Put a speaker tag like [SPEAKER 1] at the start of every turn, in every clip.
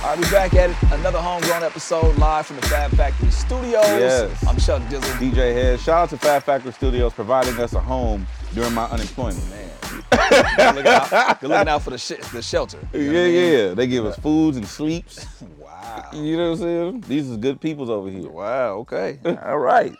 [SPEAKER 1] All right, we back at it. Another homegrown episode live from the Fab Factory Studios.
[SPEAKER 2] Yes.
[SPEAKER 1] I'm Chuck Dizzle.
[SPEAKER 2] DJ Head. Shout out to Fat Factor Studios providing us a home during my unemployment.
[SPEAKER 1] Man, good looking out, good looking out for the, sh- the shelter. You know what
[SPEAKER 2] yeah,
[SPEAKER 1] I mean?
[SPEAKER 2] yeah. They give us foods and sleeps.
[SPEAKER 1] Wow.
[SPEAKER 2] You know what I'm saying? These is good peoples over here.
[SPEAKER 1] Wow. Okay.
[SPEAKER 2] All right.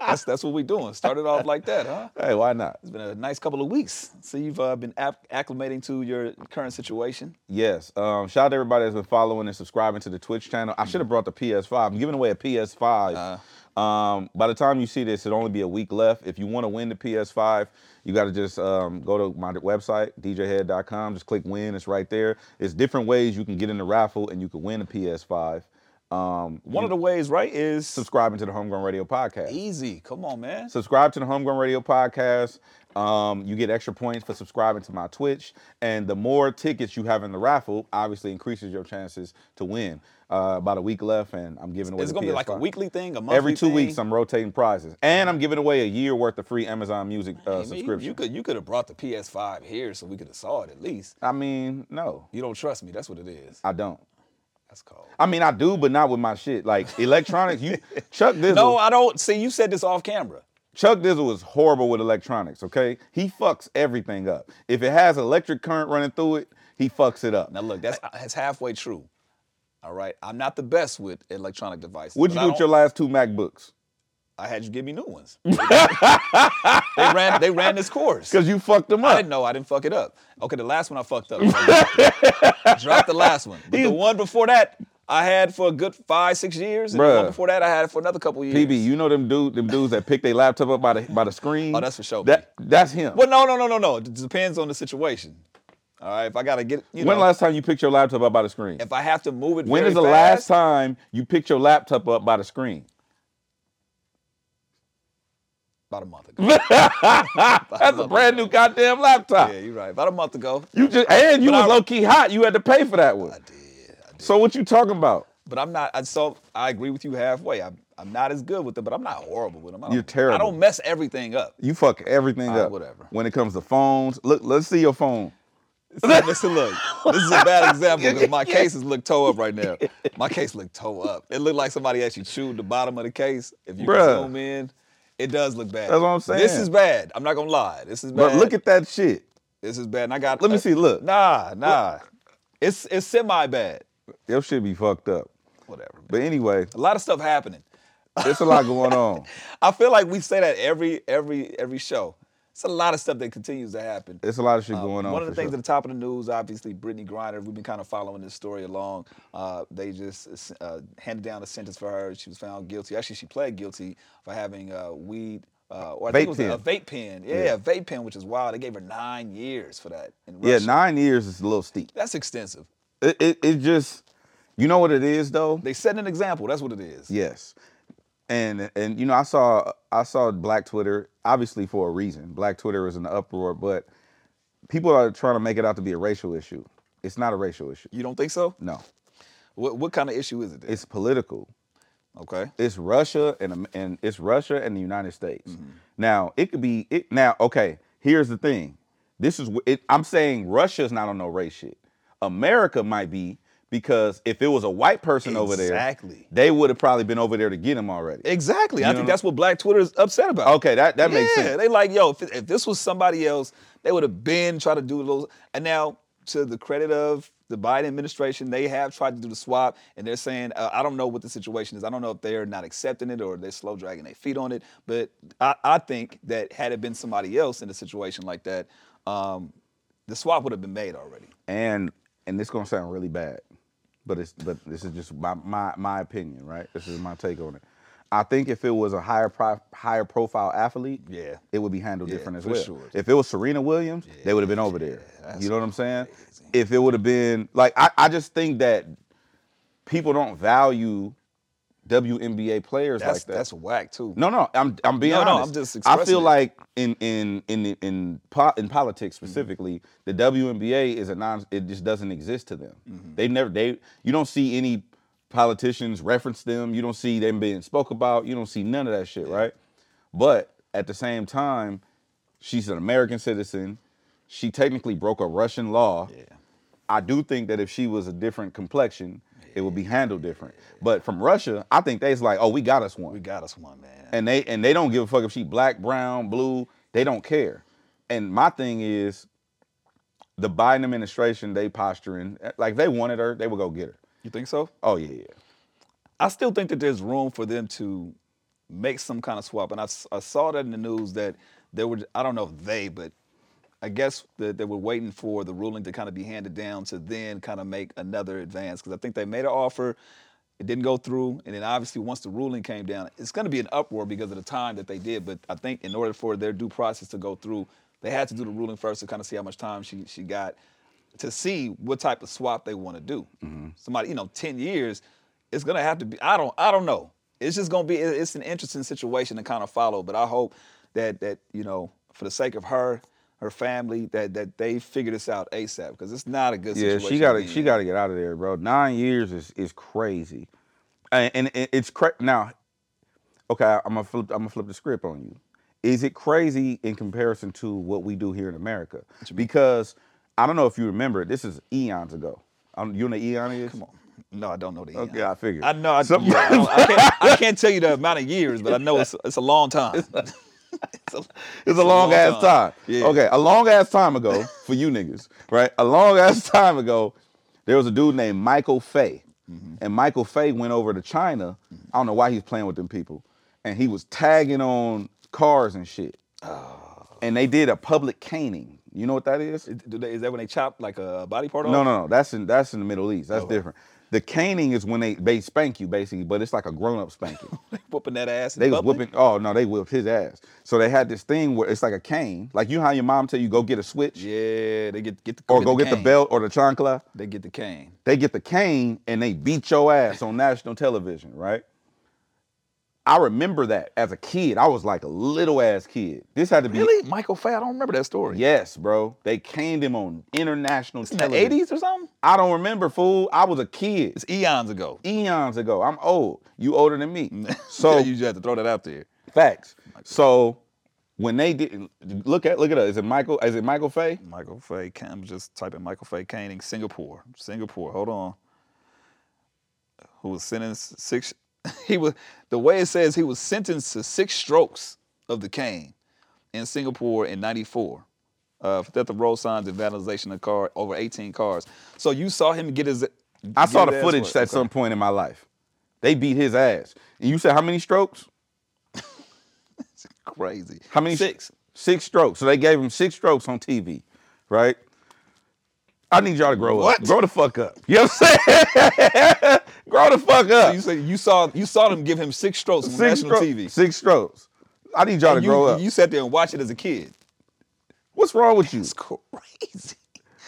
[SPEAKER 1] That's that's what we doing. Started off like that, huh?
[SPEAKER 2] hey, why not?
[SPEAKER 1] It's been a nice couple of weeks. So you've uh, been ap- acclimating to your current situation.
[SPEAKER 2] Yes. Um, shout out to everybody that's been following and subscribing to the Twitch channel. I should have brought the PS5. I'm giving away a PS5. um, by the time you see this, it'll only be a week left. If you want to win the PS5, you got to just um, go to my website, djhead.com. Just click win. It's right there. It's different ways you can get in the raffle and you can win a PS5. Um,
[SPEAKER 1] One of the ways, right, is
[SPEAKER 2] subscribing to the Homegrown Radio podcast.
[SPEAKER 1] easy. Come on, man.
[SPEAKER 2] subscribe to the Homegrown Radio podcast. Um, you get extra points for subscribing to my Twitch, and the more tickets you have in the raffle, obviously increases your chances to win. Uh, about a week left, and I'm giving away.
[SPEAKER 1] Is it
[SPEAKER 2] the
[SPEAKER 1] gonna be like a
[SPEAKER 2] PS5.
[SPEAKER 1] weekly thing, a monthly
[SPEAKER 2] Every two
[SPEAKER 1] thing?
[SPEAKER 2] weeks, I'm rotating prizes, and I'm giving away a year worth of free Amazon Music uh,
[SPEAKER 1] I mean,
[SPEAKER 2] subscription.
[SPEAKER 1] You could you could have brought the PS5 here so we could have saw it at least.
[SPEAKER 2] I mean, no,
[SPEAKER 1] You don't trust me. That's what it is.
[SPEAKER 2] I don't.
[SPEAKER 1] That's cold.
[SPEAKER 2] I mean, I do, but not with my shit. Like electronics, you Chuck Dizzle.
[SPEAKER 1] No, I don't. See, you said this off camera.
[SPEAKER 2] Chuck Dizzle is horrible with electronics, okay? He fucks everything up. If it has electric current running through it, he fucks it up.
[SPEAKER 1] Now look, that's that's halfway true. All right, I'm not the best with electronic devices.
[SPEAKER 2] What'd
[SPEAKER 1] but
[SPEAKER 2] you
[SPEAKER 1] I
[SPEAKER 2] do with
[SPEAKER 1] don't-
[SPEAKER 2] your last two MacBooks?
[SPEAKER 1] I had you give me new ones. they ran they ran this course.
[SPEAKER 2] Because you fucked them
[SPEAKER 1] I
[SPEAKER 2] up.
[SPEAKER 1] didn't know. I didn't fuck it up. Okay, the last one I fucked up. I dropped the last one. But the one before that, I had for a good five, six years. And the one
[SPEAKER 2] Bruh.
[SPEAKER 1] before that, I had for another couple years.
[SPEAKER 2] PB, you know them dude, them dudes that pick their laptop up by the by the screen.
[SPEAKER 1] Oh, that's for sure,
[SPEAKER 2] That that's him.
[SPEAKER 1] Well, no, no, no, no, no. It depends on the situation. All right, if I gotta get, you
[SPEAKER 2] when
[SPEAKER 1] know,
[SPEAKER 2] last time you picked your laptop up by the screen?
[SPEAKER 1] if I have to move it.
[SPEAKER 2] When
[SPEAKER 1] very
[SPEAKER 2] is the last
[SPEAKER 1] fast,
[SPEAKER 2] time you picked your laptop up by the screen?
[SPEAKER 1] About a month ago.
[SPEAKER 2] That's a brand new goddamn laptop.
[SPEAKER 1] yeah, you're right. About a month ago.
[SPEAKER 2] You just and you
[SPEAKER 1] But
[SPEAKER 2] was
[SPEAKER 1] I-
[SPEAKER 2] low key hot. You had to pay for that one. I did. So what you talking about?
[SPEAKER 1] But I'm not. I, so I agree with you halfway. I'm, I'm not as good with them, but I'm not horrible with them. I don't-
[SPEAKER 2] You're terrible.
[SPEAKER 1] I don't mess everything up.
[SPEAKER 2] You fuck everything
[SPEAKER 1] Ah,
[SPEAKER 2] up.
[SPEAKER 1] whatever.
[SPEAKER 2] When it comes to phones, look, let's see your phone.
[SPEAKER 1] Listen, look, this is a bad example because my cases look toe up right now. My case look toe up. It looked like somebody actually chewed the bottom of the case. If you can
[SPEAKER 2] Bruh.
[SPEAKER 1] zoom in, it does look bad.
[SPEAKER 2] That's what I'm
[SPEAKER 1] This
[SPEAKER 2] saying.
[SPEAKER 1] is bad. I'm not gonna lie. This is bad.
[SPEAKER 2] But look at that shit.
[SPEAKER 1] this is bad. And I got.
[SPEAKER 2] Let me see, look.
[SPEAKER 1] Nah, nah. It's it's semi bad.
[SPEAKER 2] Your shit be fucked up.
[SPEAKER 1] Whatever. man.
[SPEAKER 2] But anyway,
[SPEAKER 1] A lot of stuff happening.
[SPEAKER 2] it's a lot going on.
[SPEAKER 1] I feel like we say that every every every show. It's a lot of stuff that continues to happen.
[SPEAKER 2] It's a lot of shit going on.
[SPEAKER 1] Uh, One of the
[SPEAKER 2] for
[SPEAKER 1] things
[SPEAKER 2] sure.
[SPEAKER 1] at the top of the news, obviously, Brittany Griner. We've been kind of following this story along. Uh, they just uh, handed down a sentence for her. She was found guilty. Actually, she pled guilty for having uh, weed. Uh, or I think it
[SPEAKER 2] Vape
[SPEAKER 1] was
[SPEAKER 2] pen.
[SPEAKER 1] a, a vape pen. Yeah, a vape pen, which is wild. They gave her nine years for that. In
[SPEAKER 2] yeah,
[SPEAKER 1] Russia.
[SPEAKER 2] nine years is a little steep.
[SPEAKER 1] That's extensive.
[SPEAKER 2] It, it, it just, you know what it is though.
[SPEAKER 1] They set an example. That's what it is.
[SPEAKER 2] Yes, and and you know I saw I saw Black Twitter obviously for a reason. Black Twitter is in an uproar, but people are trying to make it out to be a racial issue. It's not a racial issue.
[SPEAKER 1] You don't think so?
[SPEAKER 2] No,
[SPEAKER 1] What, what kind of issue is it? then?
[SPEAKER 2] it's political.
[SPEAKER 1] okay.
[SPEAKER 2] it's Russia and Am- and it's Russia and the United States. Now it could be it now. Okay, here's the thing. This is wh- it, I'm saying Russia's not on no race shit. America might be because if it was a white person over there,
[SPEAKER 1] Exactly.
[SPEAKER 2] they would have probably been over there to get him already.
[SPEAKER 1] Exactly. I
[SPEAKER 2] You
[SPEAKER 1] think
[SPEAKER 2] know-
[SPEAKER 1] that's what Black Twitter is upset about.
[SPEAKER 2] Okay, that that makes
[SPEAKER 1] yeah,
[SPEAKER 2] sense.
[SPEAKER 1] they like, yo, if, if this was somebody else, they would have been trying to do those. And now, to the credit of the Biden administration, they have tried to do the swap, and they're saying, uh, I don't know what the situation is. I don't know if they're not accepting it or they're slow dragging their feet on it. But I, I think that had it been somebody else in a situation like that, um, the swap would have been made already.
[SPEAKER 2] and and this gonna sound really bad, but it's but this is just my my, my opinion, right? This is my take on it. I think if it was a higher pro, higher profile athlete,
[SPEAKER 1] Yeah.
[SPEAKER 2] it would be handled different as
[SPEAKER 1] for
[SPEAKER 2] well.
[SPEAKER 1] sure.
[SPEAKER 2] If it was Serena Williams, they would have been over there. you know what I'm saying? If it would have been like I, I just think that people don't value WNBA players
[SPEAKER 1] That's
[SPEAKER 2] like that.
[SPEAKER 1] that's whack too.
[SPEAKER 2] No, no, I'm I'm being
[SPEAKER 1] No, no,
[SPEAKER 2] honest.
[SPEAKER 1] I'm just
[SPEAKER 2] I feel
[SPEAKER 1] expressing it.
[SPEAKER 2] like in in in the- in po- in politics
[SPEAKER 1] Mm-hmm.
[SPEAKER 2] specifically, the WNBA is a non. It just doesn't exist to them.
[SPEAKER 1] Mm-hmm.
[SPEAKER 2] They never they. You don't see any politicians reference them. You don't see them being spoke about. You don't see none of that shit, right? But at the same time, she's an American citizen. She technically broke a Russian law. I do think that if she was a different complexion, it would be handled different. But from Russia, I think they's like, oh, we got us one
[SPEAKER 1] We got us one, man.
[SPEAKER 2] and they and they don't give a fuck if she black, brown, blue. They don't care. And my thing is, the Biden administration they posturing like if they wanted her, they would go get her.
[SPEAKER 1] You think so?
[SPEAKER 2] Oh yeah, yeah.
[SPEAKER 1] I still think that there's room for them to make some kind of swap. And I, s- I saw that in the news that there were, I don't know if they, but I guess that they were waiting for the ruling to kind of be handed down to then kind of make another advance. Because I think they made an offer, it didn't go through. And then obviously, once the ruling came down, it's going to be an uproar because of the time that they did. But I think in order for their due process to go through, they had to do the ruling first to kind of see how much time she, she got to see what type of swap they want to do.
[SPEAKER 2] Mm-hmm.
[SPEAKER 1] Somebody, you know, 10 years, it's gonna have to be. I don't. I don't know. It's just gonna be. it- It's an interesting situation to kind of follow. But I hope that that you know, for the sake of her, her family, that that they figure this out asap because it's not a good
[SPEAKER 2] Yeah,
[SPEAKER 1] situation.
[SPEAKER 2] she got to
[SPEAKER 1] be
[SPEAKER 2] she
[SPEAKER 1] in.
[SPEAKER 2] got to get out of there, bro. Nine years is is crazy, and, and it- it's cra- now. Okay, I'm gonna flip I'm gonna flip the script on you. Is it crazy in comparison to what we do here in America? Because I don't know if you remember, this is eons ago. Um, you know what eon is? Come on.
[SPEAKER 1] No, I don't know the. end.
[SPEAKER 2] Okay, I figured.
[SPEAKER 1] I know. I,
[SPEAKER 2] Some-
[SPEAKER 1] yeah, I, don't- I can't, I can't tell you the amount of years, but I know it's it's a long time. It's a,
[SPEAKER 2] It's a long ass time.
[SPEAKER 1] Yeah.
[SPEAKER 2] Okay, a long ass time ago for you niggas, right? A long ass time ago, there was a dude named Michael Fay, and Michael Fay went over to China. I don't know why he's playing with them people, and he was tagging on cars and shit. And they did a public caning. You know what that is?
[SPEAKER 1] Do they, is that when they chop like a body part off?
[SPEAKER 2] No, no, no. That's in that's in the Middle East. That's different. The caning is when they they spank you basically, but it's like a grown up spanking.
[SPEAKER 1] Whooping that ass. in
[SPEAKER 2] They was
[SPEAKER 1] public?
[SPEAKER 2] whipping. Oh no, they whipped his ass. So they had this thing where it's like a cane, like you know how your mom tell you go get a switch
[SPEAKER 1] Yeah, they get get the
[SPEAKER 2] or go get the
[SPEAKER 1] cane.
[SPEAKER 2] belt or the chancla.
[SPEAKER 1] They get the cane.
[SPEAKER 2] They get the cane and they beat your ass on national television, right? I remember that as a kid. I was like a little ass kid. This had to be
[SPEAKER 1] Really, Michael Fay? I don't remember that story.
[SPEAKER 2] yes, bro. They caned him on international
[SPEAKER 1] in the
[SPEAKER 2] television.
[SPEAKER 1] eighties or something.
[SPEAKER 2] I don't remember, fool. I was a kid.
[SPEAKER 1] It's eons ago.
[SPEAKER 2] Eons ago. I'm old. You older than me.
[SPEAKER 1] So
[SPEAKER 2] So
[SPEAKER 1] you just have to throw that out there.
[SPEAKER 2] Facts. So when they did look at look at us, is it Michael? Is it Michael Fay?
[SPEAKER 1] Michael Fay. Can- I'm just typing Michael Fay caning Singapore. Singapore. Hold on. Who was sentenced six? He was the way it says he was sentenced to six strokes of the cane in Singapore in '94 uh, for theft of road signs and vandalization of car over 18 cars. So you saw him get his.
[SPEAKER 2] I saw
[SPEAKER 1] get his
[SPEAKER 2] the
[SPEAKER 1] ass
[SPEAKER 2] footage
[SPEAKER 1] whooped.
[SPEAKER 2] at
[SPEAKER 1] Okay.
[SPEAKER 2] some point in my life. They beat his ass. And you said how many strokes?
[SPEAKER 1] Crazy.
[SPEAKER 2] How many?
[SPEAKER 1] Six.
[SPEAKER 2] Six strokes. So they gave him six strokes on TV, right? I need y'all to grow
[SPEAKER 1] What?
[SPEAKER 2] up. Grow the fuck up. You know what I'm saying? grow the fuck up.
[SPEAKER 1] You said you saw you saw them give him six strokes on national
[SPEAKER 2] stro-
[SPEAKER 1] TV.
[SPEAKER 2] Six strokes. I need y'all to
[SPEAKER 1] And you,
[SPEAKER 2] grow up.
[SPEAKER 1] you sat there and watched it as a kid.
[SPEAKER 2] What's wrong with you?
[SPEAKER 1] It's crazy.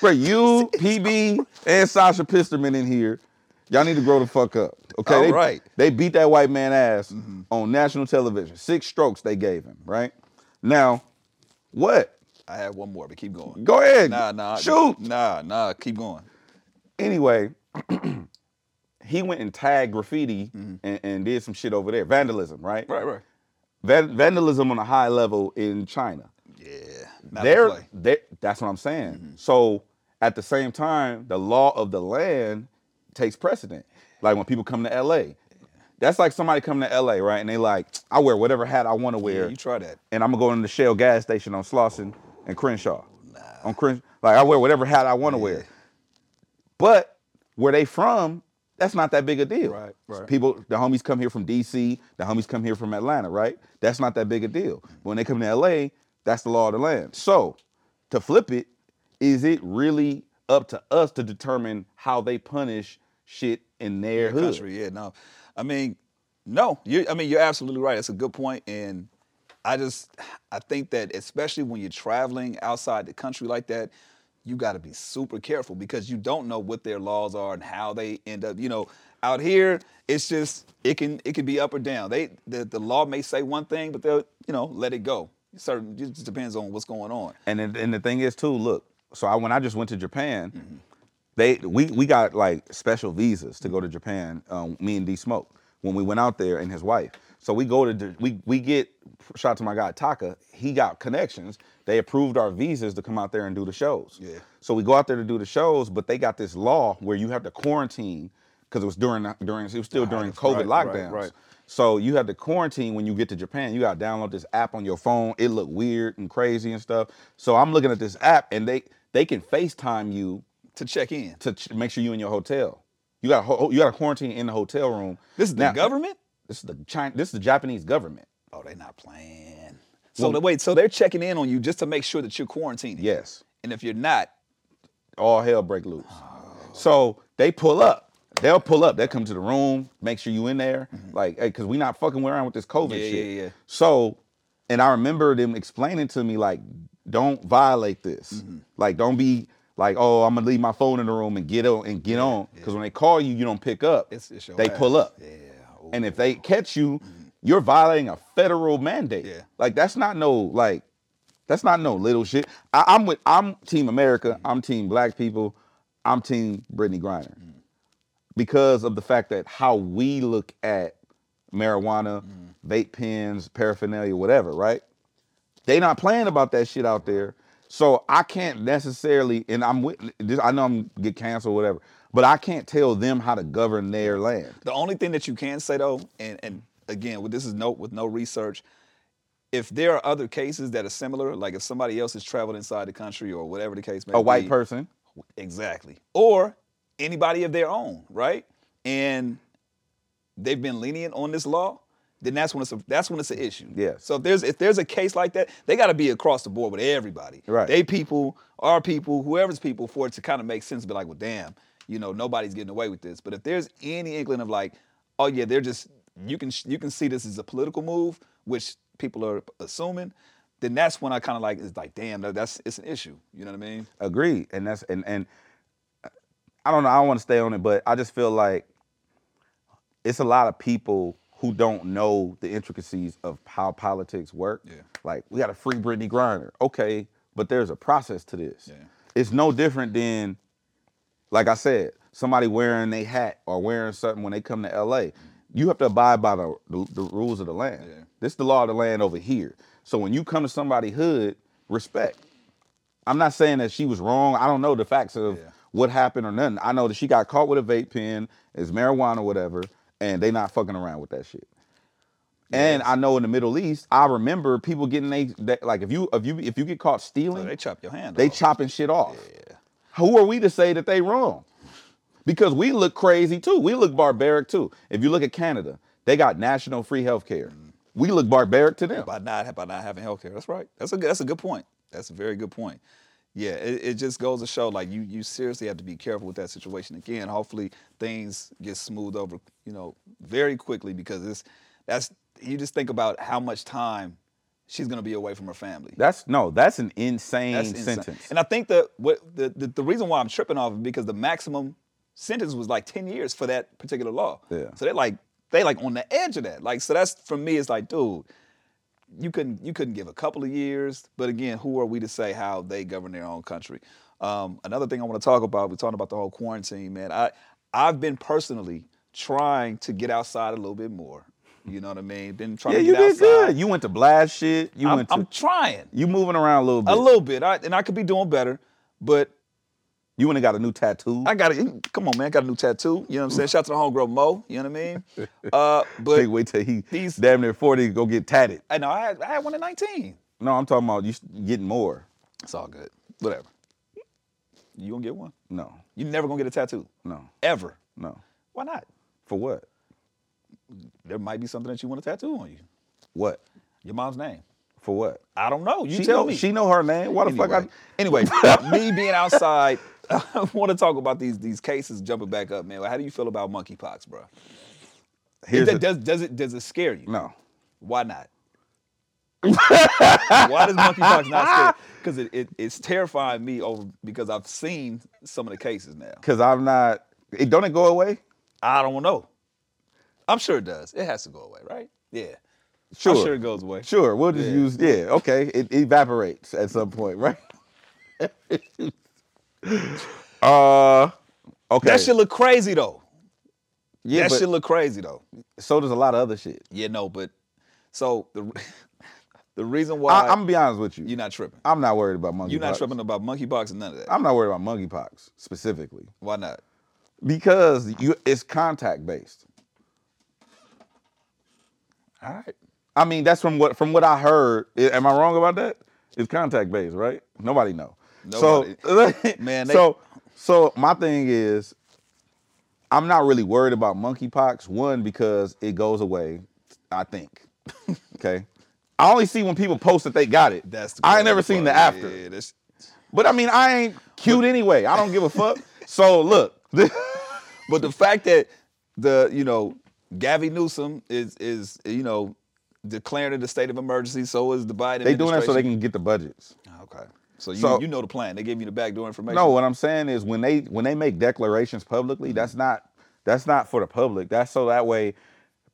[SPEAKER 2] Bro, you, PB, and Sasha Pisterman in here. Y'all need to grow the fuck up. Okay.
[SPEAKER 1] All
[SPEAKER 2] they,
[SPEAKER 1] right. Mm-hmm.
[SPEAKER 2] They beat that white man ass on national television. Six strokes they gave him, right? Now, what?
[SPEAKER 1] I had one more, but keep going.
[SPEAKER 2] Go ahead.
[SPEAKER 1] Nah, nah.
[SPEAKER 2] Shoot.
[SPEAKER 1] Nah, nah. Keep going.
[SPEAKER 2] Anyway, he went and tagged graffiti and, and did some shit over there. Vandalism, right?
[SPEAKER 1] Mm-hmm. Right, right.
[SPEAKER 2] Van- vandalism on a high level in China.
[SPEAKER 1] Yeah. Not the
[SPEAKER 2] they're,
[SPEAKER 1] play. Mm-hmm.
[SPEAKER 2] they that's what I'm saying. So at the same time, the law of the land takes precedent. Like when people come to LA, that's like somebody coming to LA, right? And they like, I wear whatever hat I want to
[SPEAKER 1] Yeah,
[SPEAKER 2] wear,
[SPEAKER 1] you try that.
[SPEAKER 2] and I'm gonna go in the Shell gas station on Slauson and Crenshaw. On Crenshaw, like I wear whatever hat I want to wear. But where they from, that's not that big a deal.
[SPEAKER 1] Right, right.
[SPEAKER 2] People, the homies come here from DC, the homies come here from Atlanta, right? That's not that big a deal. But when they come to LA, that's the law of the land. So to flip it, is it really up to us to determine how they punish shit in their hood.
[SPEAKER 1] country. Yeah, no. I mean, no. You, I mean, you're absolutely right. It's a good point, and I just, I think that especially when you're traveling outside the country like that, you got to be super careful because you don't know what their laws are and how they end up. You know, out here, it's just it can it can be up or down. They the, the law may say one thing, but they'll you know let it go. Certain it just depends on what's going on.
[SPEAKER 2] And then, and the thing is too, look. So I when I just went to Japan, they we we got like special visas to go to Japan. Um, me and D Smoke when we went out there and his wife. So we go to J- we we get shout to my guy Taka. He got connections. They approved our visas to come out there and do the shows.
[SPEAKER 1] Yeah.
[SPEAKER 2] So we go out there to do the shows, but they got this law where you have to quarantine because it was during during it was still during
[SPEAKER 1] that's
[SPEAKER 2] COVID
[SPEAKER 1] right, right,
[SPEAKER 2] lockdowns.
[SPEAKER 1] right.
[SPEAKER 2] So you have to quarantine when you get to Japan. You got to download this app on your phone. It look weird and crazy and stuff. So I'm looking at this app, and they they can FaceTime you
[SPEAKER 1] To check in,
[SPEAKER 2] to ch- make sure you in your hotel. You got ho- you got to quarantine in the hotel room.
[SPEAKER 1] this is the
[SPEAKER 2] Now,
[SPEAKER 1] government.
[SPEAKER 2] This is the China, This is the Japanese government.
[SPEAKER 1] Oh, they not playing. So the, wait, so they're checking in on you just to make sure that you're quarantined.
[SPEAKER 2] Yes,
[SPEAKER 1] And if you're not,
[SPEAKER 2] all hell break loose.
[SPEAKER 1] Oh.
[SPEAKER 2] So they pull up. They'll pull up. They come to the room, make sure you in there. Like, hey, cause we not fucking around with this COVID
[SPEAKER 1] Mm-hmm. Yeah,
[SPEAKER 2] shit.
[SPEAKER 1] yeah, yeah.
[SPEAKER 2] So, and I remember them explaining to me like, don't violate this.
[SPEAKER 1] Mm-hmm.
[SPEAKER 2] Like, don't be like, oh, I'm gonna leave my phone in the room and get on and get on. Cause when they call you, you don't pick up.
[SPEAKER 1] It's- it's your
[SPEAKER 2] they
[SPEAKER 1] ass.
[SPEAKER 2] pull up.
[SPEAKER 1] yeah,
[SPEAKER 2] And if they catch you, you're violating a federal mandate.
[SPEAKER 1] Yeah.
[SPEAKER 2] Like that's not no like that's not no little shit. I, I'm with I'm Team America. I'm Team Black people. I'm Team Brittany Griner because of the fact that how we look at marijuana, vape pens, paraphernalia, whatever. Right? They not playing about that shit out there. So I can't necessarily, and I'm with. This, I know I'm get canceled, whatever. But I can't tell them how to govern their land.
[SPEAKER 1] The only thing that you can say though, and and again, with this is no with no research, if there are other cases that are similar, like if somebody else has traveled inside the country or whatever the case may be,
[SPEAKER 2] A white person.
[SPEAKER 1] exactly, or anybody of their own, right? And they've been lenient on this law, then that's when it's a, that's when it's an issue.
[SPEAKER 2] Yes.
[SPEAKER 1] So if there's if there's a case like that, they got to be across the board with everybody.
[SPEAKER 2] Right.
[SPEAKER 1] They people, our people, whoever's people, for it to kind of make sense. Be like, well, damn, you know, nobody's getting away with this. But if there's any inkling of like, oh yeah, they're just you can you can see this as a political move, which people are assuming. Then that's when I kind of like it's like, damn, that- that's it's an issue. You know what I mean?
[SPEAKER 2] Agreed, and that's and and I don't know. I don't want to stay on it, but I just feel like it's a lot of people who don't know the intricacies of how politics work.
[SPEAKER 1] Yeah.
[SPEAKER 2] Like we got a free Brittany Griner, okay, but there's a process to this.
[SPEAKER 1] Yeah.
[SPEAKER 2] It's no different than, like I said, somebody wearing a hat or wearing something when they come to LA. You have to abide by the, the, the rules of the land.
[SPEAKER 1] Mm. Yeah.
[SPEAKER 2] This is the law of the land over here. So when you come to somebody hood, respect. I'm not saying that she was wrong. I don't know the facts of
[SPEAKER 1] Yeah.
[SPEAKER 2] what happened or nothing. I know that she got caught with a vape pen, it's marijuana, whatever, and they not fucking around with that shit. And I know in the Middle East, I remember people getting they, they like if you if you if you get caught
[SPEAKER 1] So
[SPEAKER 2] stealing,
[SPEAKER 1] they chop your hand.
[SPEAKER 2] they
[SPEAKER 1] off.
[SPEAKER 2] chopping shit off. Who are we to say that they wrong? Because we look crazy too. We look barbaric too. If you look at Canada, they got national free health care.
[SPEAKER 1] Mm.
[SPEAKER 2] We look barbaric to them.
[SPEAKER 1] by not by not having healthcare. That's right. That's a good- that's a good point. That's a very good point. Yeah, it, it just goes to show like you you seriously have to be careful with that situation. Again, hopefully things get smoothed over, you know, very quickly because it's that's you just think about how much time she's gonna be away from her family.
[SPEAKER 2] That's no, that's an insane
[SPEAKER 1] That's insane.
[SPEAKER 2] sentence.
[SPEAKER 1] And I think that what the, the the reason why I'm tripping off is because the maximum sentence was like 10 years for that particular law.
[SPEAKER 2] Yeah.
[SPEAKER 1] So they like they like on the edge of that. Like so that's for me it's like dude, you couldn't you couldn't give a couple of years, but again, who are we to say how they govern their own country? Um, another thing I want to talk about, we're talking about the whole quarantine, man. I I've been personally trying to get outside a little bit more. You know what I mean? Been trying
[SPEAKER 2] Yeah,
[SPEAKER 1] to
[SPEAKER 2] you
[SPEAKER 1] get
[SPEAKER 2] did
[SPEAKER 1] outside.
[SPEAKER 2] good. You went to blast shit. You
[SPEAKER 1] I'm,
[SPEAKER 2] went to
[SPEAKER 1] I'm trying
[SPEAKER 2] you moving around a little bit.
[SPEAKER 1] a little bit, I, and I could be doing better, but
[SPEAKER 2] you went and got a new tattoo.
[SPEAKER 1] I got it. Come on, man. I got a new tattoo. You know what I'm saying?
[SPEAKER 2] Mm.
[SPEAKER 1] Shout out to the homegirl Mo. You know what I mean? Uh,
[SPEAKER 2] Big
[SPEAKER 1] but
[SPEAKER 2] wait till he
[SPEAKER 1] these-
[SPEAKER 2] damn near forty go get tatted.
[SPEAKER 1] I know I had, I had one at 19.
[SPEAKER 2] No, I'm talking about you s- getting more.
[SPEAKER 1] It's all good. Whatever. You gonna get one?
[SPEAKER 2] No,
[SPEAKER 1] You never gonna get a tattoo
[SPEAKER 2] no,
[SPEAKER 1] ever.
[SPEAKER 2] no.
[SPEAKER 1] Why not?
[SPEAKER 2] For what?
[SPEAKER 1] There might be something that you want to tattoo on you.
[SPEAKER 2] What?
[SPEAKER 1] Your mom's name.
[SPEAKER 2] For what?
[SPEAKER 1] I don't know. You
[SPEAKER 2] she
[SPEAKER 1] tell
[SPEAKER 2] know,
[SPEAKER 1] me.
[SPEAKER 2] She know her name. Why the
[SPEAKER 1] anyway,
[SPEAKER 2] fuck? I,
[SPEAKER 1] anyway, me being outside I want to talk about these these cases jumping back up, man. Like, how do you feel about monkeypox, bro?
[SPEAKER 2] Here's
[SPEAKER 1] Does-
[SPEAKER 2] the-
[SPEAKER 1] does, does it does it scare you?
[SPEAKER 2] no.
[SPEAKER 1] Why not? Why does monkeypox not scare? Because it, it it's terrifying me over because I've seen some of the cases now.
[SPEAKER 2] Because I'm not. It don't it go away?
[SPEAKER 1] I don't know. I'm sure it does. It has to go away, right? Yeah.
[SPEAKER 2] Sure.
[SPEAKER 1] I'm sure it goes away.
[SPEAKER 2] Sure, we'll just
[SPEAKER 1] Yeah.
[SPEAKER 2] use yeah. Okay, it evaporates at some point, right? uh, okay.
[SPEAKER 1] That shit look crazy though.
[SPEAKER 2] yeah,
[SPEAKER 1] that
[SPEAKER 2] but
[SPEAKER 1] shit look crazy though.
[SPEAKER 2] so does a lot of other shit.
[SPEAKER 1] Yeah, no, but so the the reason
[SPEAKER 2] I,
[SPEAKER 1] why
[SPEAKER 2] am gonna be honest with you.
[SPEAKER 1] you're not tripping.
[SPEAKER 2] I'm not worried about monkeypox.
[SPEAKER 1] You're not tripping about monkeypox and none of that.
[SPEAKER 2] I'm not worried about monkeypox specifically
[SPEAKER 1] Why not?
[SPEAKER 2] because you it's contact based.
[SPEAKER 1] All right.
[SPEAKER 2] I mean, that's from what from what I heard. I- am I wrong about that? It's contact based, right? Nobody know. So
[SPEAKER 1] Man, they-
[SPEAKER 2] so so my thing is, I'm not really worried about monkeypox. One because it goes away, I think. okay. I only see when people post that they got it.
[SPEAKER 1] That's the
[SPEAKER 2] I
[SPEAKER 1] crazy
[SPEAKER 2] ain't never seen the
[SPEAKER 1] part.
[SPEAKER 2] after.
[SPEAKER 1] Yeah, that's,
[SPEAKER 2] But I mean, I ain't cute anyway. I don't give a fuck. So look,
[SPEAKER 1] but the fact that the you know Gavin Newsom is is you know declaring it a state of emergency, so is the Biden.
[SPEAKER 2] they doing that so they
[SPEAKER 1] administration.
[SPEAKER 2] can get the budgets.
[SPEAKER 1] Okay. So you,
[SPEAKER 2] So-
[SPEAKER 1] you know the plan. They gave you the backdoor information.
[SPEAKER 2] No, what I'm saying is when they when they make declarations publicly, that's
[SPEAKER 1] Mm-hmm.
[SPEAKER 2] not that's not for the public. That's so that way